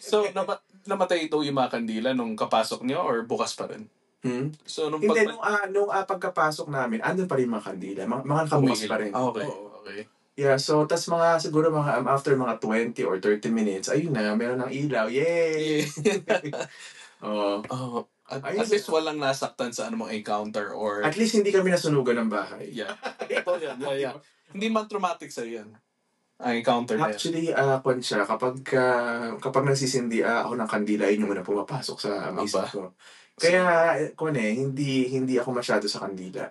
Speaker 2: So,
Speaker 1: [LAUGHS]
Speaker 2: napa- namatay ito yung mga kandila nung kapasok niya or bukas pa rin?
Speaker 1: Hmm?
Speaker 2: So, nung
Speaker 1: Hindi,
Speaker 2: pag...
Speaker 1: nung, ah, nung ah, pagkapasok namin, andun pa rin mga kandila. Mga, mga nakabukas pa rin.
Speaker 2: Ah, okay.
Speaker 1: Oo.
Speaker 2: okay.
Speaker 1: Yeah, so, tas mga, siguro mga, um, after mga 20 or 30 minutes, ayun na, meron ng ilaw. Yay! [LAUGHS] Oo.
Speaker 2: Oh, at,
Speaker 1: Ayun
Speaker 2: at least
Speaker 1: na.
Speaker 2: walang nasaktan sa anumang encounter or...
Speaker 1: At least hindi kami nasunugan ng bahay.
Speaker 2: yeah. Ito [LAUGHS] yan. oh, yeah. Hindi man traumatic sa yan. Ang encounter na yan.
Speaker 1: Actually, ah kwan siya, kapag, ah, kapag nagsisindi ah, ako ng kandila, yun yung muna pumapasok sa
Speaker 2: Aba.
Speaker 1: isip ko. Kaya, eh, kwan eh, hindi, hindi ako masyado sa kandila.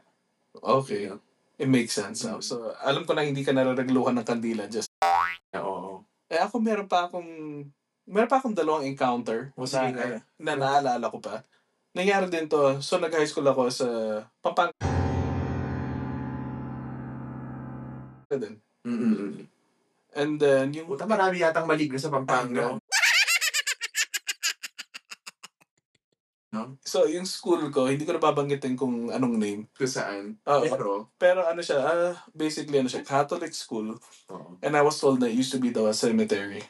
Speaker 2: Okay.
Speaker 1: Yeah.
Speaker 2: It makes sense. ah.
Speaker 1: Mm.
Speaker 2: So, alam ko na hindi ka nararagluhan ng kandila. Just,
Speaker 1: Yeah, Oo.
Speaker 2: eh ako meron pa akong, meron pa akong dalawang encounter
Speaker 1: O, Oh,
Speaker 2: na,
Speaker 1: sige nga.
Speaker 2: na naalala ko pa. Nangyari din to. So, nag-high school ako sa Pampanga. Din.
Speaker 1: Mm-mm.
Speaker 2: And then, yung...
Speaker 1: Puta, marami yatang
Speaker 2: Ano?
Speaker 1: maligno sa Pampanga.
Speaker 2: So, yung school ko, hindi ko nababanggitin kung anong name.
Speaker 1: Kung saan.
Speaker 2: Oo.
Speaker 1: Pero,
Speaker 2: Pero ano siya, ah, basically ano siya, Catholic school.
Speaker 1: oo.
Speaker 2: And I was told that it used to be the cemetery.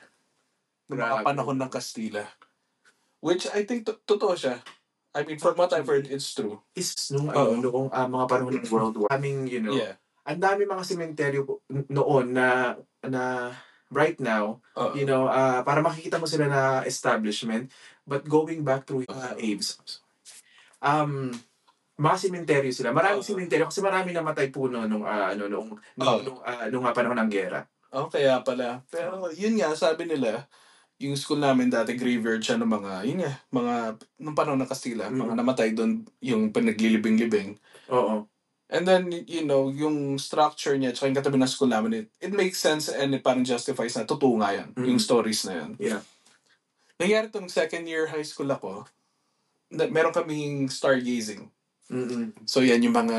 Speaker 2: Noong mga
Speaker 1: Grabe.
Speaker 2: panahon ng Kastila. Which I think to- totoo siya. I mean, from what I've heard, it's true.
Speaker 1: is nung
Speaker 2: Oo.
Speaker 1: ano, noong ah, mga panahon ng World War, aming, you know,
Speaker 2: Yeah.
Speaker 1: ang dami mga sementeryo po- n- noon na, na right now,
Speaker 2: Oo.
Speaker 1: you know, ah, para makikita mo sila na establishment. But going back through uh, Abe's, um, mga sementeryo sila. Maraming
Speaker 2: Oo.
Speaker 1: sementeryo kasi marami namatay puno nung, ah, ano, noong, noong,
Speaker 2: Oo.
Speaker 1: noong, ah, noong mga panahon ng gera.
Speaker 2: Oh, kaya pala. Pero yun nga, sabi nila, yung school namin dati, graveyard siya ng mga, yun nga, mga, nung panahon ng Kastila, mga
Speaker 1: Mm.
Speaker 2: namatay doon, yung panaglilibing-libing.
Speaker 1: Oo.
Speaker 2: And then, y- you know, yung structure niya, tsaka yung katabi ng school namin, it, it makes sense and it parang justifies na totoo nga yan,
Speaker 1: Mm.
Speaker 2: yung stories na yan.
Speaker 1: Yeah.
Speaker 2: Nangyari tong second year high school ako, na, meron kaming stargazing. [LAUGHS]
Speaker 1: Mm-mm.
Speaker 2: So yan yung mga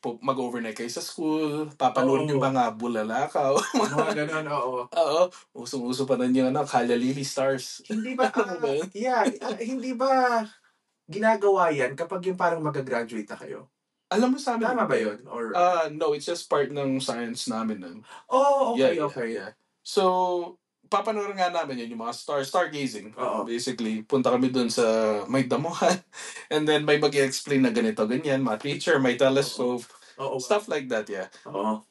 Speaker 2: pu- mag-overnight kayo sa school, papanood
Speaker 1: Oo.
Speaker 2: yung mga bulalakaw.
Speaker 1: Mga ganun, oo.
Speaker 2: [LAUGHS] Oo, usong-uso pa nun yung ano, Kala Lily Stars.
Speaker 1: Hindi
Speaker 2: [LAUGHS]
Speaker 1: ba,
Speaker 2: Ano ba
Speaker 1: ah,
Speaker 2: yun?
Speaker 1: yeah, ah, hindi ba ginagawa yan kapag yung parang magagraduate na kayo?
Speaker 2: Alam mo sa amin,
Speaker 1: Tama ba yun? Or,
Speaker 2: Ah, no, it's just part ng science namin nun.
Speaker 1: oh, okay,
Speaker 2: Ah, yeah, yeah,
Speaker 1: okay.
Speaker 2: yeah. So, papanoorin nga namin yun, yung mga star, stargazing.
Speaker 1: Oo.
Speaker 2: Basically, punta kami dun sa may damuhan. [LAUGHS] And then, may mag explain na ganito, ganyan. Mga teacher, may telescope.
Speaker 1: Oo.
Speaker 2: Stuff like that, yeah.
Speaker 1: Oo.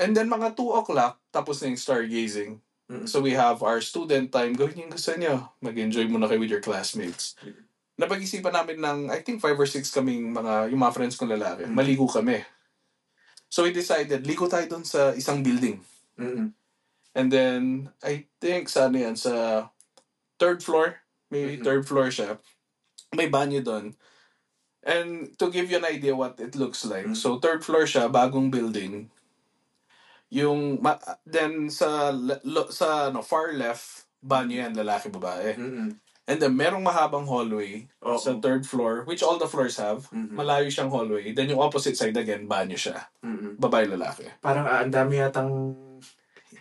Speaker 2: And then, mga 2 o'clock, tapos na yung stargazing.
Speaker 1: Mm.
Speaker 2: So, we have our student time. Gawin yung gusto nyo. Mag-enjoy muna kayo with your classmates. Napag-isipan namin ng, I think, 5 or 6 kaming mga, yung mga friends kong lalaki.
Speaker 1: Mm.
Speaker 2: Maligo kami. So, we decided, ligo tayo dun sa isang building.
Speaker 1: Mm-mm.
Speaker 2: And then, I think, sa ano yan, sa third floor, may
Speaker 1: Mhm.
Speaker 2: third floor siya, may banyo doon. And to give you an idea what it looks like,
Speaker 1: Mhm.
Speaker 2: so third floor siya, bagong building. Yung, ma- then sa, le- lo- sa ano, far left, banyo yan, lalaki, babae.
Speaker 1: Mm-mm.
Speaker 2: And then, merong mahabang hallway
Speaker 1: Oo.
Speaker 2: sa third floor, which all the floors have.
Speaker 1: Mhm.
Speaker 2: Malayo siyang hallway. Then yung opposite side again, banyo siya.
Speaker 1: Mm-mm.
Speaker 2: Babae, lalaki.
Speaker 1: Parang ah, ang dami yatang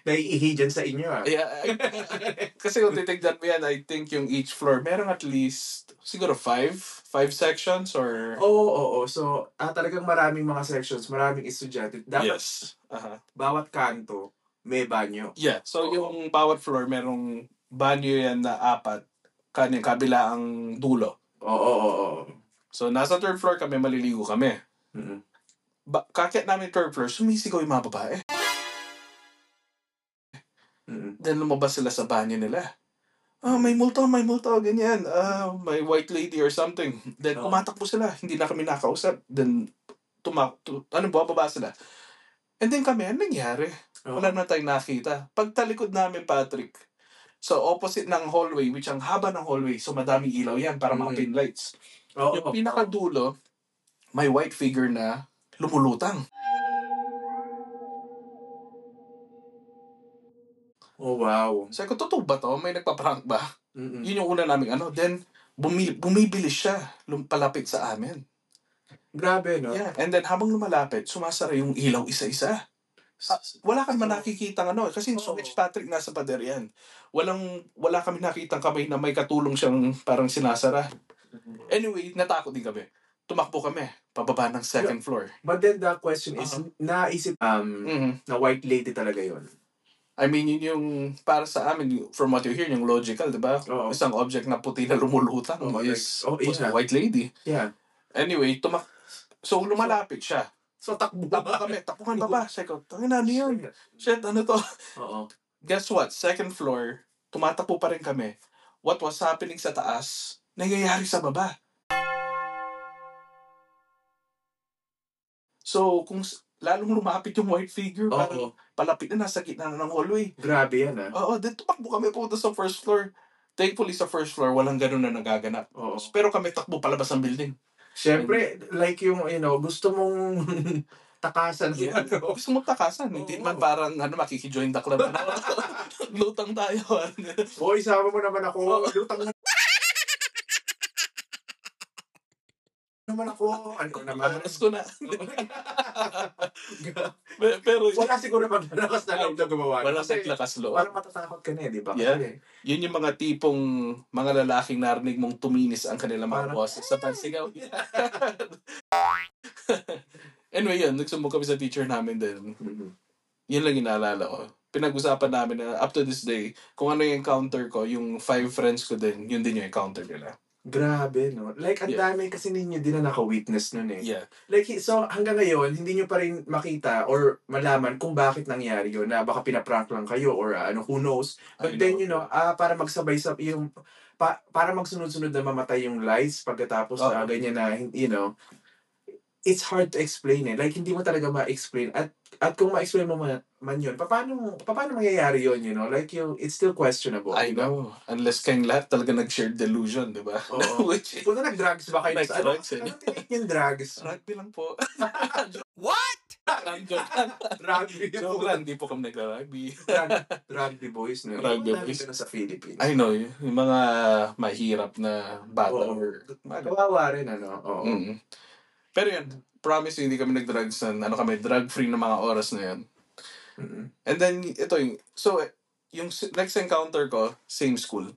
Speaker 1: naiihi dyan sa inyo, ah.
Speaker 2: Yeah, I- kasi kung titignan mo yan, I think yung each floor, merong at least, siguro five, five sections or...
Speaker 1: [LAUGHS] Oo, oo, oo. So, ah, talagang maraming mga sections, maraming estudyante. Dapat
Speaker 2: yes. Aha.
Speaker 1: bawat kanto may banyo.
Speaker 2: Yeah,
Speaker 1: Oo.
Speaker 2: so yung bawat floor, merong banyo yan na apat, kanyang kabila ang dulo.
Speaker 1: Oo, oo, oo.
Speaker 2: So nasa third floor kami, maliligo kami.
Speaker 1: Mm-mm.
Speaker 2: Ba- kakit namin third floor, sumisigaw yung mga babae.
Speaker 1: Mm-mm.
Speaker 2: Then lumabas sila sa banyo nila. Ah, may multo, may multo, ganyan. Ah, may white lady or something. Then
Speaker 1: Oo.
Speaker 2: umatakbo sila. Hindi na kami nakausap. Then tumak tu- ano bababa sila. And then kami, anong nangyari?
Speaker 1: Oo.
Speaker 2: Wala na tayong nakita. Pagtalikod namin, Patrick, so opposite ng hallway, which ang haba ng hallway, so madaming ilaw yan para mga
Speaker 1: Mm.
Speaker 2: pin lights.
Speaker 1: Oo.
Speaker 2: Yung pinakadulo, may white figure na lumulutang.
Speaker 1: Oh, wow.
Speaker 2: Sabi ko, totoo ba to? May nagpa-prank ba?
Speaker 1: Mm-mm.
Speaker 2: Yun yung una naming ano. Then, bumi- bumibilis siya lumpalapit sa amin.
Speaker 1: Grabe, no?
Speaker 2: Yeah. And then, habang lumalapit, sumasara yung ilaw isa-isa.
Speaker 1: Uh,
Speaker 2: Ah, wala kang nakikita ano. Kasi
Speaker 1: Oo.
Speaker 2: so much Patrick nasa pader yan. Walang, wala kami nakitang kamay na may katulong siyang parang sinasara.
Speaker 1: Mm-hmm.
Speaker 2: Anyway, natakot din kami. Tumakbo kami. Pababa ng second floor.
Speaker 1: But then the question is,
Speaker 2: Uh-huh.
Speaker 1: naisip um,
Speaker 2: Mhm.
Speaker 1: na white lady talaga yon
Speaker 2: I mean, yun yung para sa amin, from what you hear, yung logical, di ba?
Speaker 1: Oo.
Speaker 2: Isang object na puti na lumulutang
Speaker 1: Oo, like,
Speaker 2: is
Speaker 1: oh,
Speaker 2: was
Speaker 1: yeah.
Speaker 2: a white lady.
Speaker 1: Yeah.
Speaker 2: Anyway, tumak so lumalapit siya.
Speaker 1: So, takbo
Speaker 2: Takbo kami, takbuhan pa ba? Sabi ko, tangin na, [LAUGHS] ano yun? Shit, ano to?
Speaker 1: Oo.
Speaker 2: Guess what? Second floor, tumatakbo pa rin kami. What was happening sa taas, nangyayari sa baba. So, kung s- lalong lumapit yung white figure,
Speaker 1: Oo.
Speaker 2: parang palapit na nasa gitna na ng hallway.
Speaker 1: Grabe yan, ah.
Speaker 2: Oo, then tumakbo kami po sa first floor. Thankfully, sa first floor, walang ganun na nagaganap.
Speaker 1: Oo.
Speaker 2: Pero kami takbo palabas ng building.
Speaker 1: Siyempre, like yung, you know, gusto mong [LAUGHS] takasan. yung
Speaker 2: Yeah.
Speaker 1: ano.
Speaker 2: Oh, Gusto mong takasan,
Speaker 1: Oo.
Speaker 2: hindi man parang ano, makikijoin the club. Ano? [LAUGHS] Lutang tayo.
Speaker 1: [LAUGHS] [LAUGHS] Hoy, sama mo naman ako.
Speaker 2: Oo.
Speaker 1: Lutang na. naman ako. Ano naman?
Speaker 2: Maras ko na. [LAUGHS] Pe- Pero
Speaker 1: [LAUGHS] Wala siguro maglalakas na loob na gumawa.
Speaker 2: wala sa
Speaker 1: Kasi
Speaker 2: lakas loob.
Speaker 1: Parang matatakot ka na eh, di ba?
Speaker 2: Yeah.
Speaker 1: Kasi,
Speaker 2: Yun yung mga tipong mga lalaking narinig mong tuminis ang kanilang mga
Speaker 1: Parang,
Speaker 2: boses sa pansigaw. [LAUGHS] anyway, yun. Nagsumbong kami sa teacher namin din.
Speaker 1: mhm.
Speaker 2: Yun lang inaalala ko. Pinag-usapan namin na up to this day, kung ano yung encounter ko, yung five friends ko din, yun din yung encounter nila.
Speaker 1: Grabe, no? Like, ang
Speaker 2: Yeah.
Speaker 1: dami kasi ninyo din na naka-witness nun eh.
Speaker 2: Yeah.
Speaker 1: Like, so hanggang ngayon, hindi nyo pa rin makita or malaman kung bakit nangyari yun. Na baka pinaprank lang kayo or ah, ano, who knows.
Speaker 2: I
Speaker 1: But then,
Speaker 2: know.
Speaker 1: you know, ah para magsabay sa yung... Pa, para magsunod-sunod na mamatay yung lies pagkatapos
Speaker 2: Oo.
Speaker 1: na ganyan na, you know, it's hard to explain eh. Like, hindi mo talaga ma-explain. At, at kung ma-explain mo man, man yun, paano, paano mangyayari yun, you know? Like, yung, it's still questionable. di
Speaker 2: I
Speaker 1: ba?
Speaker 2: know. Unless kayong lahat talaga nag-shared delusion, di ba?
Speaker 1: Oo.
Speaker 2: [LAUGHS] Which is,
Speaker 1: Kung na nag-drugs ba kayo?
Speaker 2: Like
Speaker 1: ano,
Speaker 2: drugs, eh.
Speaker 1: ano tinake yung drugs?
Speaker 2: rugby lang po. [LAUGHS]
Speaker 3: What?
Speaker 2: Ang joke lang.
Speaker 1: Rugby.
Speaker 2: Joke lang, hindi po kami nagra-rugby.
Speaker 1: Rug- Rugby boys na.
Speaker 2: Rugby
Speaker 1: Wala
Speaker 2: boys.
Speaker 1: na sa Philippines.
Speaker 2: I know, y- yung mga mahirap na bata
Speaker 1: Oo.
Speaker 2: or...
Speaker 1: Kawawa rin, ano? Oo.
Speaker 2: Mm. Pero yun, promise hindi kami nag-drugs na, ano kami, drug-free na mga oras na yun.
Speaker 1: Mm-mm.
Speaker 2: And then, ito yung, so, eh, yung s- next encounter ko, same school.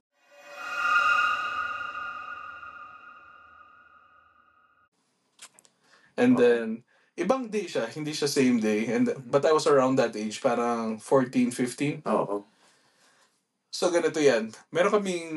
Speaker 2: And
Speaker 1: Okay.
Speaker 2: then, ibang day siya, hindi siya same day. And, but I was around that age, parang 14, 15.
Speaker 1: Oo.
Speaker 2: So, ganito yan. Meron kaming,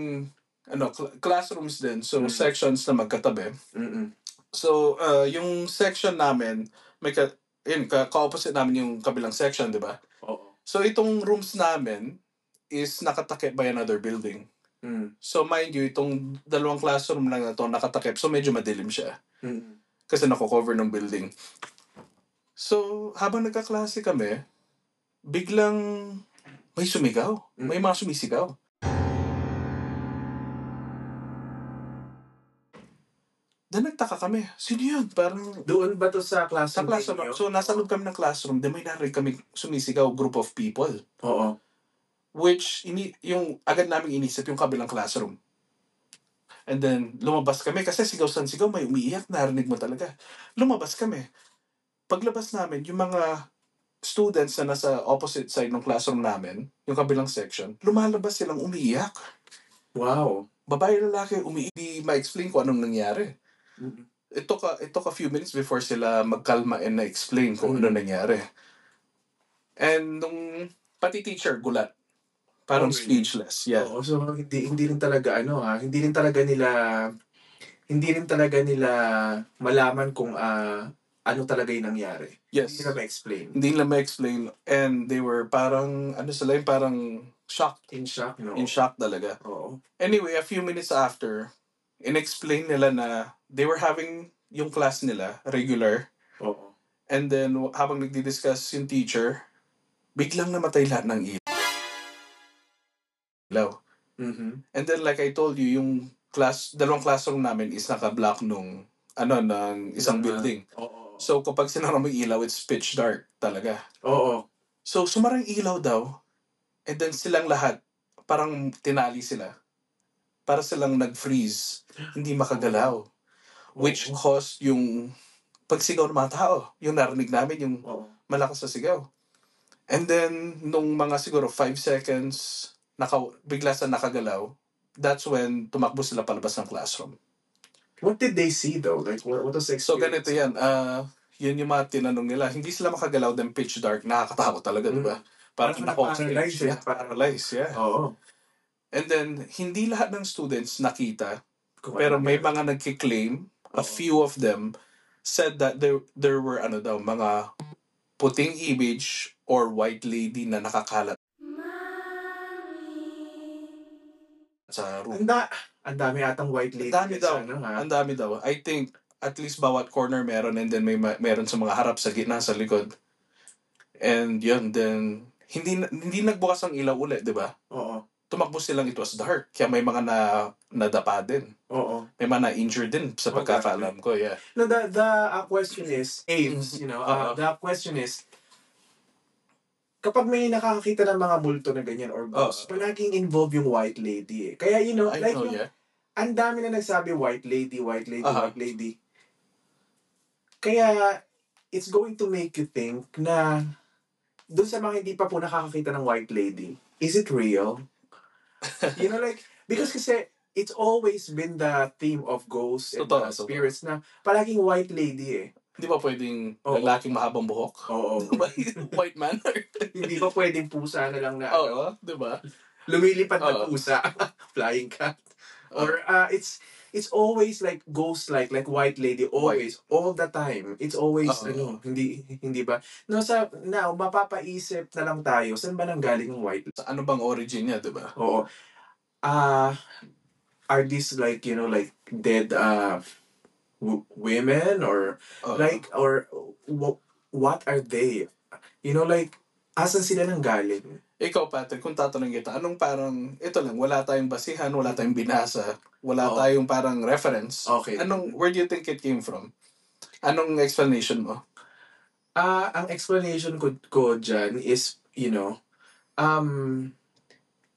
Speaker 2: ano, cl- classrooms din. So,
Speaker 1: Mm.
Speaker 2: sections na magkatabi.
Speaker 1: Mm-mm.
Speaker 2: So, uh, yung section namin, may ka, yun, ka- ka-opposite namin yung kabilang section, di ba?
Speaker 1: Oo.
Speaker 2: So, itong rooms namin is nakatakip by another building.
Speaker 1: Mm.
Speaker 2: So, mind you, itong dalawang classroom lang na to nakatakip. So, medyo madilim siya.
Speaker 1: Mm.
Speaker 2: Kasi nako-cover ng building. So, habang nagkaklase kami, biglang may sumigaw. May mga sumisigaw. Then, nagtaka kami. Sino yun? Parang
Speaker 1: Doon ba to sa
Speaker 2: Sa
Speaker 1: classroom?
Speaker 2: classroom.
Speaker 1: ninyo?
Speaker 2: So, nasa loob kami ng classroom, then may narinig kami sumisigaw group of people.
Speaker 1: Oo.
Speaker 2: Which, ini yung agad namin inisip yung kabilang classroom. And then, lumabas kami. Kasi sigaw san sigaw, may umiiyak, narinig mo talaga. Lumabas kami. Paglabas namin, yung mga students na nasa opposite side ng classroom namin, yung kabilang section, lumalabas silang umiiyak.
Speaker 1: Wow.
Speaker 2: Babae lalaki, umiiyak. Di ma-explain kung anong nangyari.
Speaker 1: Mm-mm.
Speaker 2: It took, a, it took a few minutes before sila magkalma and na-explain kung
Speaker 1: Mm.
Speaker 2: ano nangyari. And nung pati teacher gulat. Parang
Speaker 1: Oh, really?
Speaker 2: speechless. Yeah.
Speaker 1: Oo. So, hindi, hindi rin talaga, ano ha? Hindi rin talaga nila, hindi rin talaga nila malaman kung ah, ano talaga yung nangyari.
Speaker 2: Yes.
Speaker 1: Hindi nila ma-explain.
Speaker 2: Hindi nila ma-explain. And they were parang, ano sila yung parang shocked.
Speaker 1: In shock, no?
Speaker 2: In shock talaga.
Speaker 1: Oo.
Speaker 2: Anyway, a few minutes after, in-explain nila na they were having yung class nila, regular.
Speaker 1: Oo.
Speaker 2: And then, w- habang nagdi-discuss yung teacher, biglang namatay lahat ng ilaw.
Speaker 1: Mhm.
Speaker 2: And then like I told you, yung class, dalawang classroom namin is naka-block nung ano ng
Speaker 1: Ng,
Speaker 2: isang
Speaker 1: ah,
Speaker 2: building.
Speaker 1: Oo.
Speaker 2: So kapag sinara mo yung ilaw, it's pitch dark talaga.
Speaker 1: Oo.
Speaker 2: So sumarang ilaw daw and then silang lahat parang tinali sila. Para silang nag-freeze, hindi makagalaw. Which
Speaker 1: Oo.
Speaker 2: caused yung pagsigaw ng mga tao. Yung narinig namin, yung
Speaker 1: Oo.
Speaker 2: malakas na sigaw. And then, nung mga siguro 5 seconds, naka, bigla sa nakagalaw, that's when tumakbo sila palabas ng classroom.
Speaker 1: What did they see though? Like what, what was the experience?
Speaker 2: So, ganito yan. ah yun yung mga tinanong nila. Hindi sila makagalaw then pitch dark. Nakakatakot talaga, di ba? Parang
Speaker 1: Parang
Speaker 2: nako
Speaker 1: na-paralyze eh.
Speaker 2: Yeah, paralyzed, yeah.
Speaker 1: Oo.
Speaker 2: And then, hindi lahat ng students nakita.
Speaker 1: Kung
Speaker 2: Pero
Speaker 1: ano
Speaker 2: may
Speaker 1: nangyari.
Speaker 2: mga nagkiklaim. A
Speaker 1: Oo.
Speaker 2: few of them said that there, there were ano daw, mga puting image or white lady na nakakalat sa room.
Speaker 1: Ang da- ang dami atang white lady.
Speaker 2: Ang dami
Speaker 1: sa
Speaker 2: daw.
Speaker 1: Ano, ha?
Speaker 2: Ang dami daw. I think at least bawat corner meron and then may ma- meron sa mga harap sa gitna sa likod. And yun then hindi na- hindi nagbukas ang ilaw ulit, 'di ba?
Speaker 1: Oo.
Speaker 2: Tumakbo silang it was dark. Kaya may mga na nadapa din.
Speaker 1: Oo.
Speaker 2: May mga na-injured din sa
Speaker 1: Oh,
Speaker 2: pagkakaalam ko, yeah.
Speaker 1: No, the, the uh, question is,
Speaker 2: Mm-hmm.
Speaker 1: Aves, you know, uh,
Speaker 2: Oo.
Speaker 1: the question is, kapag may nakakakita ng mga multo na ganyan or ghost,
Speaker 2: Oo.
Speaker 1: palaging involve yung white lady eh. Kaya, you know,
Speaker 2: Uh-huh. I
Speaker 1: like,
Speaker 2: know,
Speaker 1: yung,
Speaker 2: yeah.
Speaker 1: ang dami na nagsabi, white lady, white lady,
Speaker 2: Aha.
Speaker 1: white lady. Kaya, it's going to make you think na doon sa mga hindi pa po nakakakita ng white lady, is it
Speaker 2: [LAUGHS]
Speaker 1: real? you know, like, because kasi, it's always been the theme of ghosts and the
Speaker 2: Totoo, totoo.
Speaker 1: spirits na palaging white lady eh.
Speaker 2: Di ba pwedeng
Speaker 1: Oo.
Speaker 2: lalaking mahabang buhok?
Speaker 1: Oo.
Speaker 2: [LAUGHS] White man?
Speaker 1: hindi ba pwedeng pusa na lang na ano,
Speaker 2: Oo, di ba?
Speaker 1: lumilipad na
Speaker 2: Oo.
Speaker 1: pusa, [LAUGHS] flying cat.
Speaker 2: Oh,
Speaker 1: Or uh, it's it's always like ghost like like white lady always all the time. It's always
Speaker 2: Oo.
Speaker 1: ano, hindi hindi ba? No sa now mapapaisip na lang tayo saan ba nanggaling ang white
Speaker 2: Sa ano bang origin niya, di ba?
Speaker 1: Oo. Ah, are these like, you know, like dead uh w- women or
Speaker 2: Oo.
Speaker 1: like or w- what are they? You know like asan sila nang galing?
Speaker 2: Ikaw, Patrick, kung tatanungin kita, anong parang, ito lang, wala tayong basihan, wala tayong
Speaker 1: Mm-hmm.
Speaker 2: binasa, wala
Speaker 1: Oo.
Speaker 2: tayong parang reference.
Speaker 1: Okay.
Speaker 2: Anong, where do you think it came from? Anong explanation mo?
Speaker 1: Ah, ang explanation ko ko diyan is, you know, um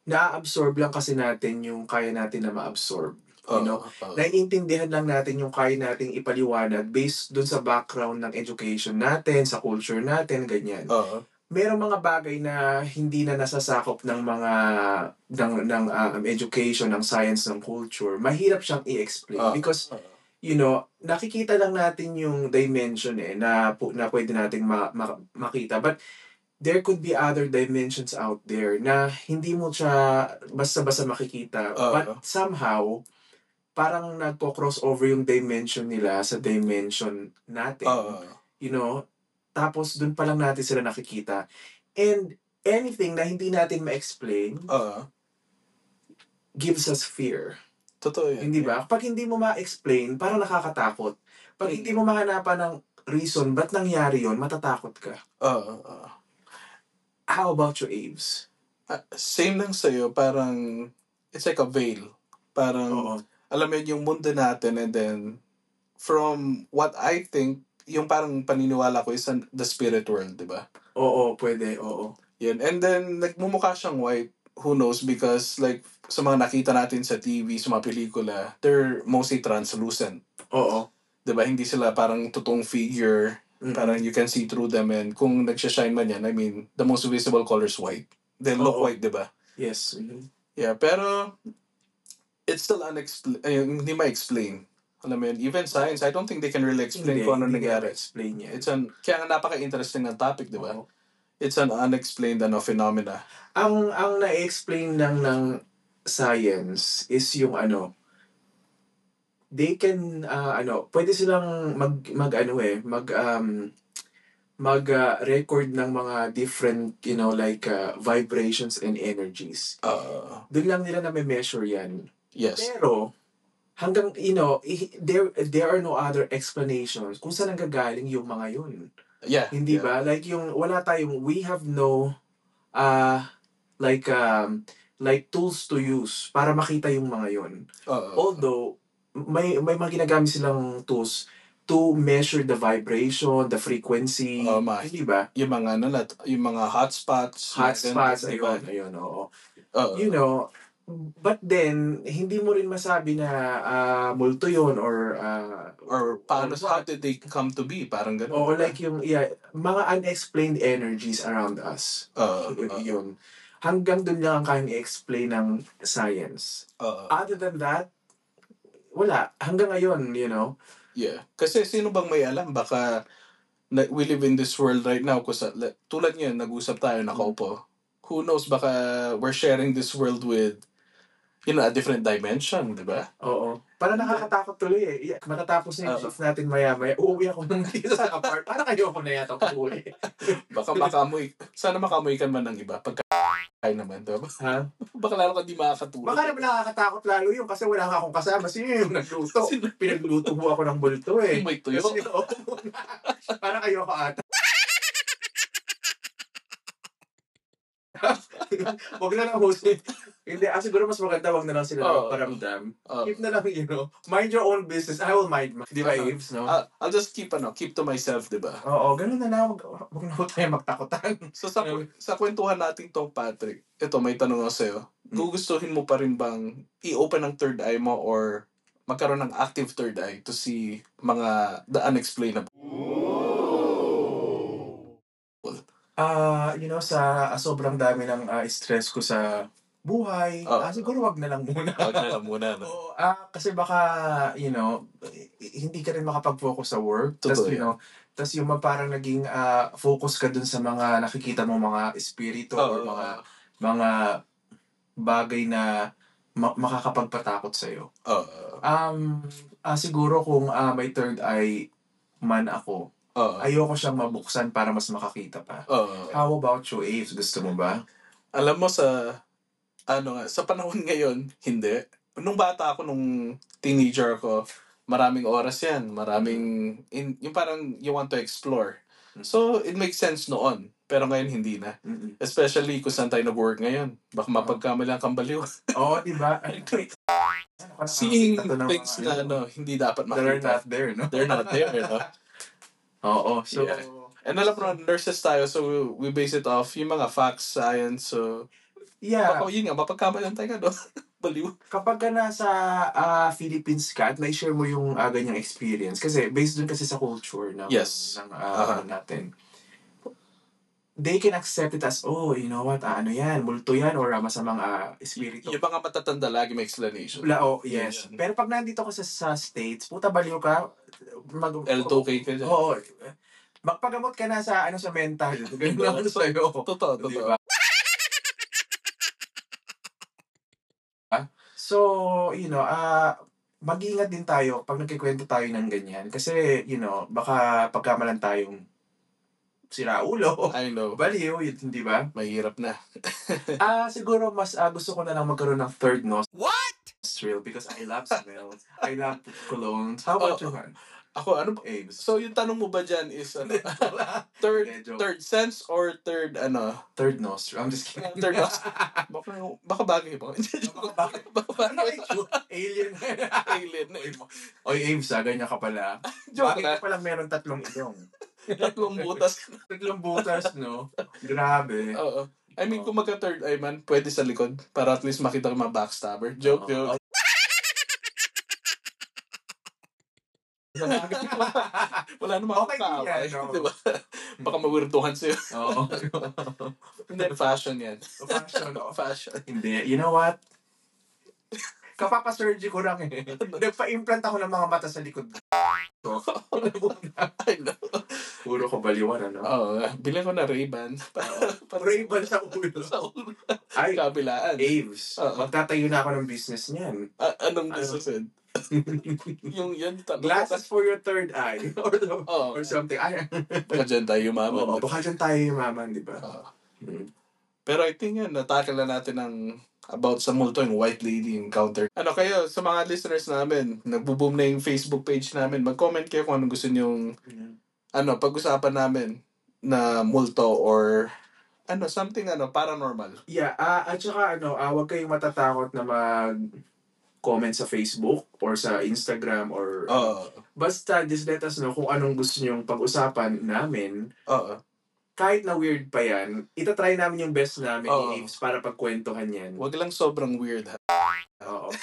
Speaker 1: na-absorb lang kasi natin yung kaya natin na ma-absorb. You
Speaker 2: Oh.
Speaker 1: know,
Speaker 2: Oo.
Speaker 1: naiintindihan lang natin yung kaya nating ipaliwanag based dun sa background ng education natin, sa culture natin, ganyan.
Speaker 2: Oo.
Speaker 1: merong mga bagay na hindi na nasasakop ng mga ng ng um, education, ng science, ng culture. Mahirap siyang i-explain
Speaker 2: Ah.
Speaker 1: because you know, nakikita lang natin yung dimension eh na pu- na pwede nating ma- ma- makita. But there could be other dimensions out there na hindi mo siya basta-basta makikita.
Speaker 2: Ah.
Speaker 1: But somehow parang nagko-cross over yung dimension nila sa dimension natin
Speaker 2: Oo.
Speaker 1: you know, tapos dun pa lang natin sila nakikita. And anything na hindi natin ma-explain
Speaker 2: Oo.
Speaker 1: gives us fear.
Speaker 2: Totoo yan.
Speaker 1: Hindi ba? Pag hindi mo ma-explain, parang nakakatakot. Pag hindi mo mahanapan ng reason ba't nangyari yon, matatakot ka.
Speaker 2: Oo. oo.
Speaker 1: How about your Aves?
Speaker 2: Ah, same lang sa'yo, parang, it's like a veil. Parang, alam mo yun, yung mundo natin and then from what I think, yung parang paniniwala ko is an- the spirit world, di ba?
Speaker 1: Oo, pwede, oo.
Speaker 2: Yun. And then, nagmumukha siyang white. Who knows? Because like, sa mga nakita natin sa TV, sa mga pelikula, they're mostly translucent.
Speaker 1: Oo.
Speaker 2: Di ba? Hindi sila parang totoong figure.
Speaker 1: Mm.
Speaker 2: Parang you can see through them and kung nagsashine man yan, I mean, the most visible color is white. They look
Speaker 1: Oo.
Speaker 2: white, di ba?
Speaker 1: Yes. mhm.
Speaker 2: Yeah, pero it's still unexplained. hindi ma-explain. Alam mo yun, even science, I don't think they can really
Speaker 1: Hindi,
Speaker 2: explain kung ano
Speaker 1: hindi kaya
Speaker 2: nangyari.
Speaker 1: explain yan.
Speaker 2: It's an, kaya nga napaka-interesting ng topic, di ba?
Speaker 1: Oo.
Speaker 2: It's an unexplained ano, phenomena.
Speaker 1: Ang, ang na-explain lang ng science is yung ano, they can, ah, ano, pwede silang mag, mag ano eh, mag, um, mag ah, record ng mga different, you know, like ah, vibrations and energies.
Speaker 2: Uh,
Speaker 1: Doon lang nila na measure yan.
Speaker 2: yes.
Speaker 1: Pero, hanggang, you know, i- there, there are no other explanations kung saan nanggagaling yung mga yun.
Speaker 2: Yeah.
Speaker 1: Hindi
Speaker 2: yeah.
Speaker 1: ba? Like yung, wala tayong, we have no, uh, like, um, like tools to use para makita yung mga yun.
Speaker 2: Oo.
Speaker 1: Although, may, may mga ginagamit silang tools to measure the vibration, the frequency,
Speaker 2: Oo, ma.
Speaker 1: hindi ba?
Speaker 2: yung mga ano, lat- yung mga hotspots. mga
Speaker 1: Hotspots,
Speaker 2: ganun, di ba? Uh,
Speaker 1: ayun, ayun, oo.
Speaker 2: Oo.
Speaker 1: You know, but then, hindi mo rin masabi na ah, multo yun or, ah,
Speaker 2: or paano,
Speaker 1: Or
Speaker 2: how did they come to be? Parang ganun.
Speaker 1: or like yung, yeah, mga unexplained energies around us.
Speaker 2: Oo.
Speaker 1: Y-
Speaker 2: oo,
Speaker 1: yun. Hanggang dun lang ang kayang i-explain ng science.
Speaker 2: oo.
Speaker 1: Other than that, wala. Hanggang ngayon, you know.
Speaker 2: Yeah. Kasi sino bang may alam? Baka na, we live in this world right now. Kusa, la- tulad ngayon, nag-usap tayo, nakaupo. Who knows, baka we're sharing this world with, you know, a different dimension, di ba?
Speaker 1: Oo. Para nakakatakot tuloy eh. Yeah, Matatapos na yung
Speaker 2: Oo.
Speaker 1: shift natin maya-maya. Uuwi ako ng [LAUGHS] dito sa apart. Para kayo ako na yata uuwi. [LAUGHS]
Speaker 2: Baka makamoy, sana makamoy ka man ng iba. Pagka naman, di ba? [LAUGHS]
Speaker 1: ha?
Speaker 2: Baka lalo ka di makakatulog.
Speaker 1: Baka naman nakakatakot lalo yun kasi wala ka akong kasama. Sino yung nagluto?
Speaker 2: [LAUGHS] Sino-
Speaker 1: Pinagluto mo ako ng bulto eh.
Speaker 2: May tuyo.
Speaker 1: Kasi, oo.
Speaker 2: [LAUGHS]
Speaker 1: Para kayo ako ata. Huwag na lang hosting. Hindi, ah, siguro mas maganda huwag na lang sila
Speaker 2: Oo.
Speaker 1: paramdam.
Speaker 2: Oo.
Speaker 1: Keep na lang, you know, mind your own business. I will mind mine. Di ba,
Speaker 2: Uh-huh.
Speaker 1: Aves, no?
Speaker 2: I'll, I'll just keep ano, keep to myself, 'di ba?
Speaker 1: Oo, ganun na lang. Huwag, huwag na huwag tayo magtakotan.
Speaker 2: So sa
Speaker 1: Grabe.
Speaker 2: sa kwentuhan natin tong Patrick, ito may tanong ako sa'yo. Gugustuhin mo pa rin bang i-open ang third eye mo or magkaroon ng active third eye to see mga the unexplainable?
Speaker 1: ah, you know, sa ah, sobrang dami ng ah, stress ko sa buhay,
Speaker 2: Oh.
Speaker 1: ah, siguro wag na lang muna.
Speaker 2: Huwag na lang muna. No?
Speaker 1: Oo, ah, kasi baka, you know, eh, hindi ka rin makapag-focus sa work. Tapos,
Speaker 2: Totoo
Speaker 1: you
Speaker 2: yan.
Speaker 1: know, tas yung ma- parang naging ah, focus ka dun sa mga nakikita mo mga espiritu or
Speaker 2: [LAUGHS] Oo.
Speaker 1: mga, mga bagay na ma- makakapagpatakot sa'yo.
Speaker 2: Oo.
Speaker 1: Um, ah, siguro kung ah, may third eye man ako,
Speaker 2: Oo.
Speaker 1: ayoko siyang mabuksan para mas makakita pa.
Speaker 2: Oo.
Speaker 1: How about you, Aves? Gusto mo ba?
Speaker 2: Alam mo sa, ano nga, sa panahon ngayon, hindi. Nung bata ako, nung teenager ako, maraming oras yan. Maraming, in, yung parang you want to explore. So, it makes sense noon. Pero ngayon, hindi na.
Speaker 1: Mm-mm.
Speaker 2: Especially kung saan tayo nag-work ngayon.
Speaker 1: Ah.
Speaker 2: Baka mapagkamali ang
Speaker 1: [LAUGHS]
Speaker 2: kambaliw.
Speaker 1: Oo, di
Speaker 2: [LAUGHS]
Speaker 1: ba? Ay, wait. Ano ka
Speaker 2: Seeing
Speaker 1: nakakita to ng
Speaker 2: things
Speaker 1: mga-
Speaker 2: na ano, hindi dapat
Speaker 1: that are
Speaker 2: makita.
Speaker 1: not there, no?
Speaker 2: They're not there, no?
Speaker 1: Oo, so...
Speaker 2: Yeah. And alam mo, naman, nurses tayo, so we, we base it off yung mga facts, science, so...
Speaker 1: Yeah,
Speaker 2: Baka yun nga, mapagkamalan tayo ka, no? [LAUGHS] Baliw.
Speaker 1: kapag ka nasa ah, Philippines ka at na-share mo yung ah, ganyang experience, kasi based dun kasi sa culture ng,
Speaker 2: Yes. Uh-huh.
Speaker 1: ng ah,
Speaker 2: Aha.
Speaker 1: natin, they can accept it as, oh, you know what, ah, ano yan, multo yan, or ah, masamang ah, espiritu.
Speaker 2: Yung mga matatanda lagi may explanation.
Speaker 1: Wala, oh, yes.
Speaker 2: Yun.
Speaker 1: Pero pag nandito ka sa, sa States, puta baliw ka, mag...
Speaker 2: L2K ka dyan.
Speaker 1: Oo. Magpagamot ka na sa, ano, sa
Speaker 2: [LAUGHS]
Speaker 1: mental. Ganun [LAUGHS] lang
Speaker 2: Diba?
Speaker 1: sa'yo.
Speaker 2: [LAUGHS] Totoo, totoo.
Speaker 1: Diba? Ah, So, you know, ah mag-iingat din tayo pag nagkikwento tayo ng ganyan. Kasi, you know, baka pagkamalan tayong sira
Speaker 2: [LAUGHS]
Speaker 1: ulo.
Speaker 2: I know.
Speaker 1: Baliw, yun, di ba?
Speaker 2: Mahirap na. [LAUGHS]
Speaker 1: Ah, siguro mas ah, gusto ko na lang magkaroon ng third nose. Nostril because I love smells. I love colognes. How about
Speaker 2: Oh,
Speaker 1: you,
Speaker 2: Ako, ano ba?
Speaker 1: Ames? [LAUGHS]
Speaker 2: So, yung tanong mo ba dyan is, ano, [LAUGHS] third,
Speaker 1: Medyo.
Speaker 2: third sense or third, ano,
Speaker 1: Third nostril. I'm just kidding.
Speaker 2: third nose?
Speaker 1: [LAUGHS]
Speaker 2: Baka, baka bagay ba? [LAUGHS]
Speaker 1: Baka bagay.
Speaker 2: Baka
Speaker 1: ano
Speaker 2: bagay.
Speaker 1: issue? [LAUGHS] Alien.
Speaker 2: [LAUGHS] Alien.
Speaker 1: Oy, Ames, ah, ganyan ka pala.
Speaker 2: Joke
Speaker 1: Bakit
Speaker 2: na.
Speaker 1: ka pala meron tatlong ilong?
Speaker 2: Tatlong butas.
Speaker 1: Tatlong butas, no? Grabe.
Speaker 2: Oo. I
Speaker 1: Oo.
Speaker 2: mean, kung magka third eye man, pwede sa likod para at least makita ko yung mga backstabber.
Speaker 1: Oo.
Speaker 2: Joke, joke. Wala namang
Speaker 1: Okay
Speaker 2: okay,
Speaker 1: din
Speaker 2: kaaway.
Speaker 1: yan, oo.
Speaker 2: [LAUGHS] Di ba? Baka mawirtuhan sa'yo.
Speaker 1: [LAUGHS] Oo.
Speaker 2: Hindi, fashion yan.
Speaker 1: Fashion, oo. [LAUGHS]
Speaker 2: Fashion.
Speaker 1: Hindi. You know what? Kapapasurgery ko lang eh. Nagpa-implant ako ng mga mata sa likod. So,
Speaker 2: I know.
Speaker 1: Puro ko baliwan, ano?
Speaker 2: Oo, oh, bilhin ko na Ray-Ban. [LAUGHS] Para-
Speaker 1: Ray-Ban sa ulo.
Speaker 2: Sa ulo.
Speaker 1: Ay,
Speaker 2: Kabilaan.
Speaker 1: Aves,
Speaker 2: Oo.
Speaker 1: magtatayo na ako ng business niyan.
Speaker 2: A- anong
Speaker 1: Ano?
Speaker 2: susunod? Yung yan tanong.
Speaker 1: Glasses for your third
Speaker 2: [LAUGHS]
Speaker 1: eye. or,
Speaker 2: Oo.
Speaker 1: or something. Ay,
Speaker 2: Baka dyan tayo
Speaker 1: Oo, [LAUGHS]
Speaker 2: umaman.
Speaker 1: baka dyan tayo yumaman, di ba?
Speaker 2: Oo.
Speaker 1: Hmm.
Speaker 2: Pero I think yun, natackle na natin ang about sa multo yung white lady encounter. Ano kayo, sa mga listeners namin, nagbo-boom na yung Facebook page namin, mag-comment kayo kung anong gusto niyong, ano, pag-usapan namin na multo or ano, something ano, paranormal.
Speaker 1: Yeah, ah, at saka ano, ah, huwag kayong matatakot na mag-comment sa Facebook or sa Instagram or...
Speaker 2: Oo.
Speaker 1: Basta, just let us know kung anong gusto nyong pag-usapan namin.
Speaker 2: Oo.
Speaker 1: Kahit na weird pa yan, itatry namin yung best namin,
Speaker 2: Oo.
Speaker 1: Aves, para pagkwentuhan yan.
Speaker 2: Wag lang sobrang weird ha. [LAUGHS]
Speaker 1: Oo.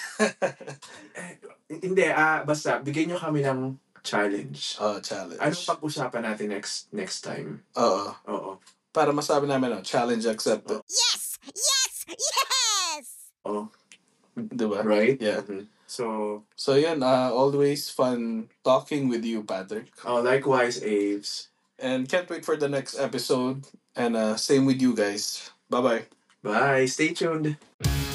Speaker 1: Eh, Hindi, ah, basta, bigyan nyo kami ng challenge.
Speaker 2: Oo, challenge.
Speaker 1: Anong pag-usapan natin next next time?
Speaker 2: Oo.
Speaker 1: Oo.
Speaker 2: Para masabi namin, no, challenge accepted.
Speaker 3: Yes! Yes! [LAUGHS] Yes!
Speaker 2: Di ba?
Speaker 1: Right?
Speaker 2: Yeah.
Speaker 1: Mhm. So,
Speaker 2: So yun, uh, always fun talking with you, Patrick.
Speaker 1: Oh, likewise, Aves.
Speaker 2: And can't wait for the next episode. And uh, same with you guys. Bye bye.
Speaker 1: Bye. Stay tuned.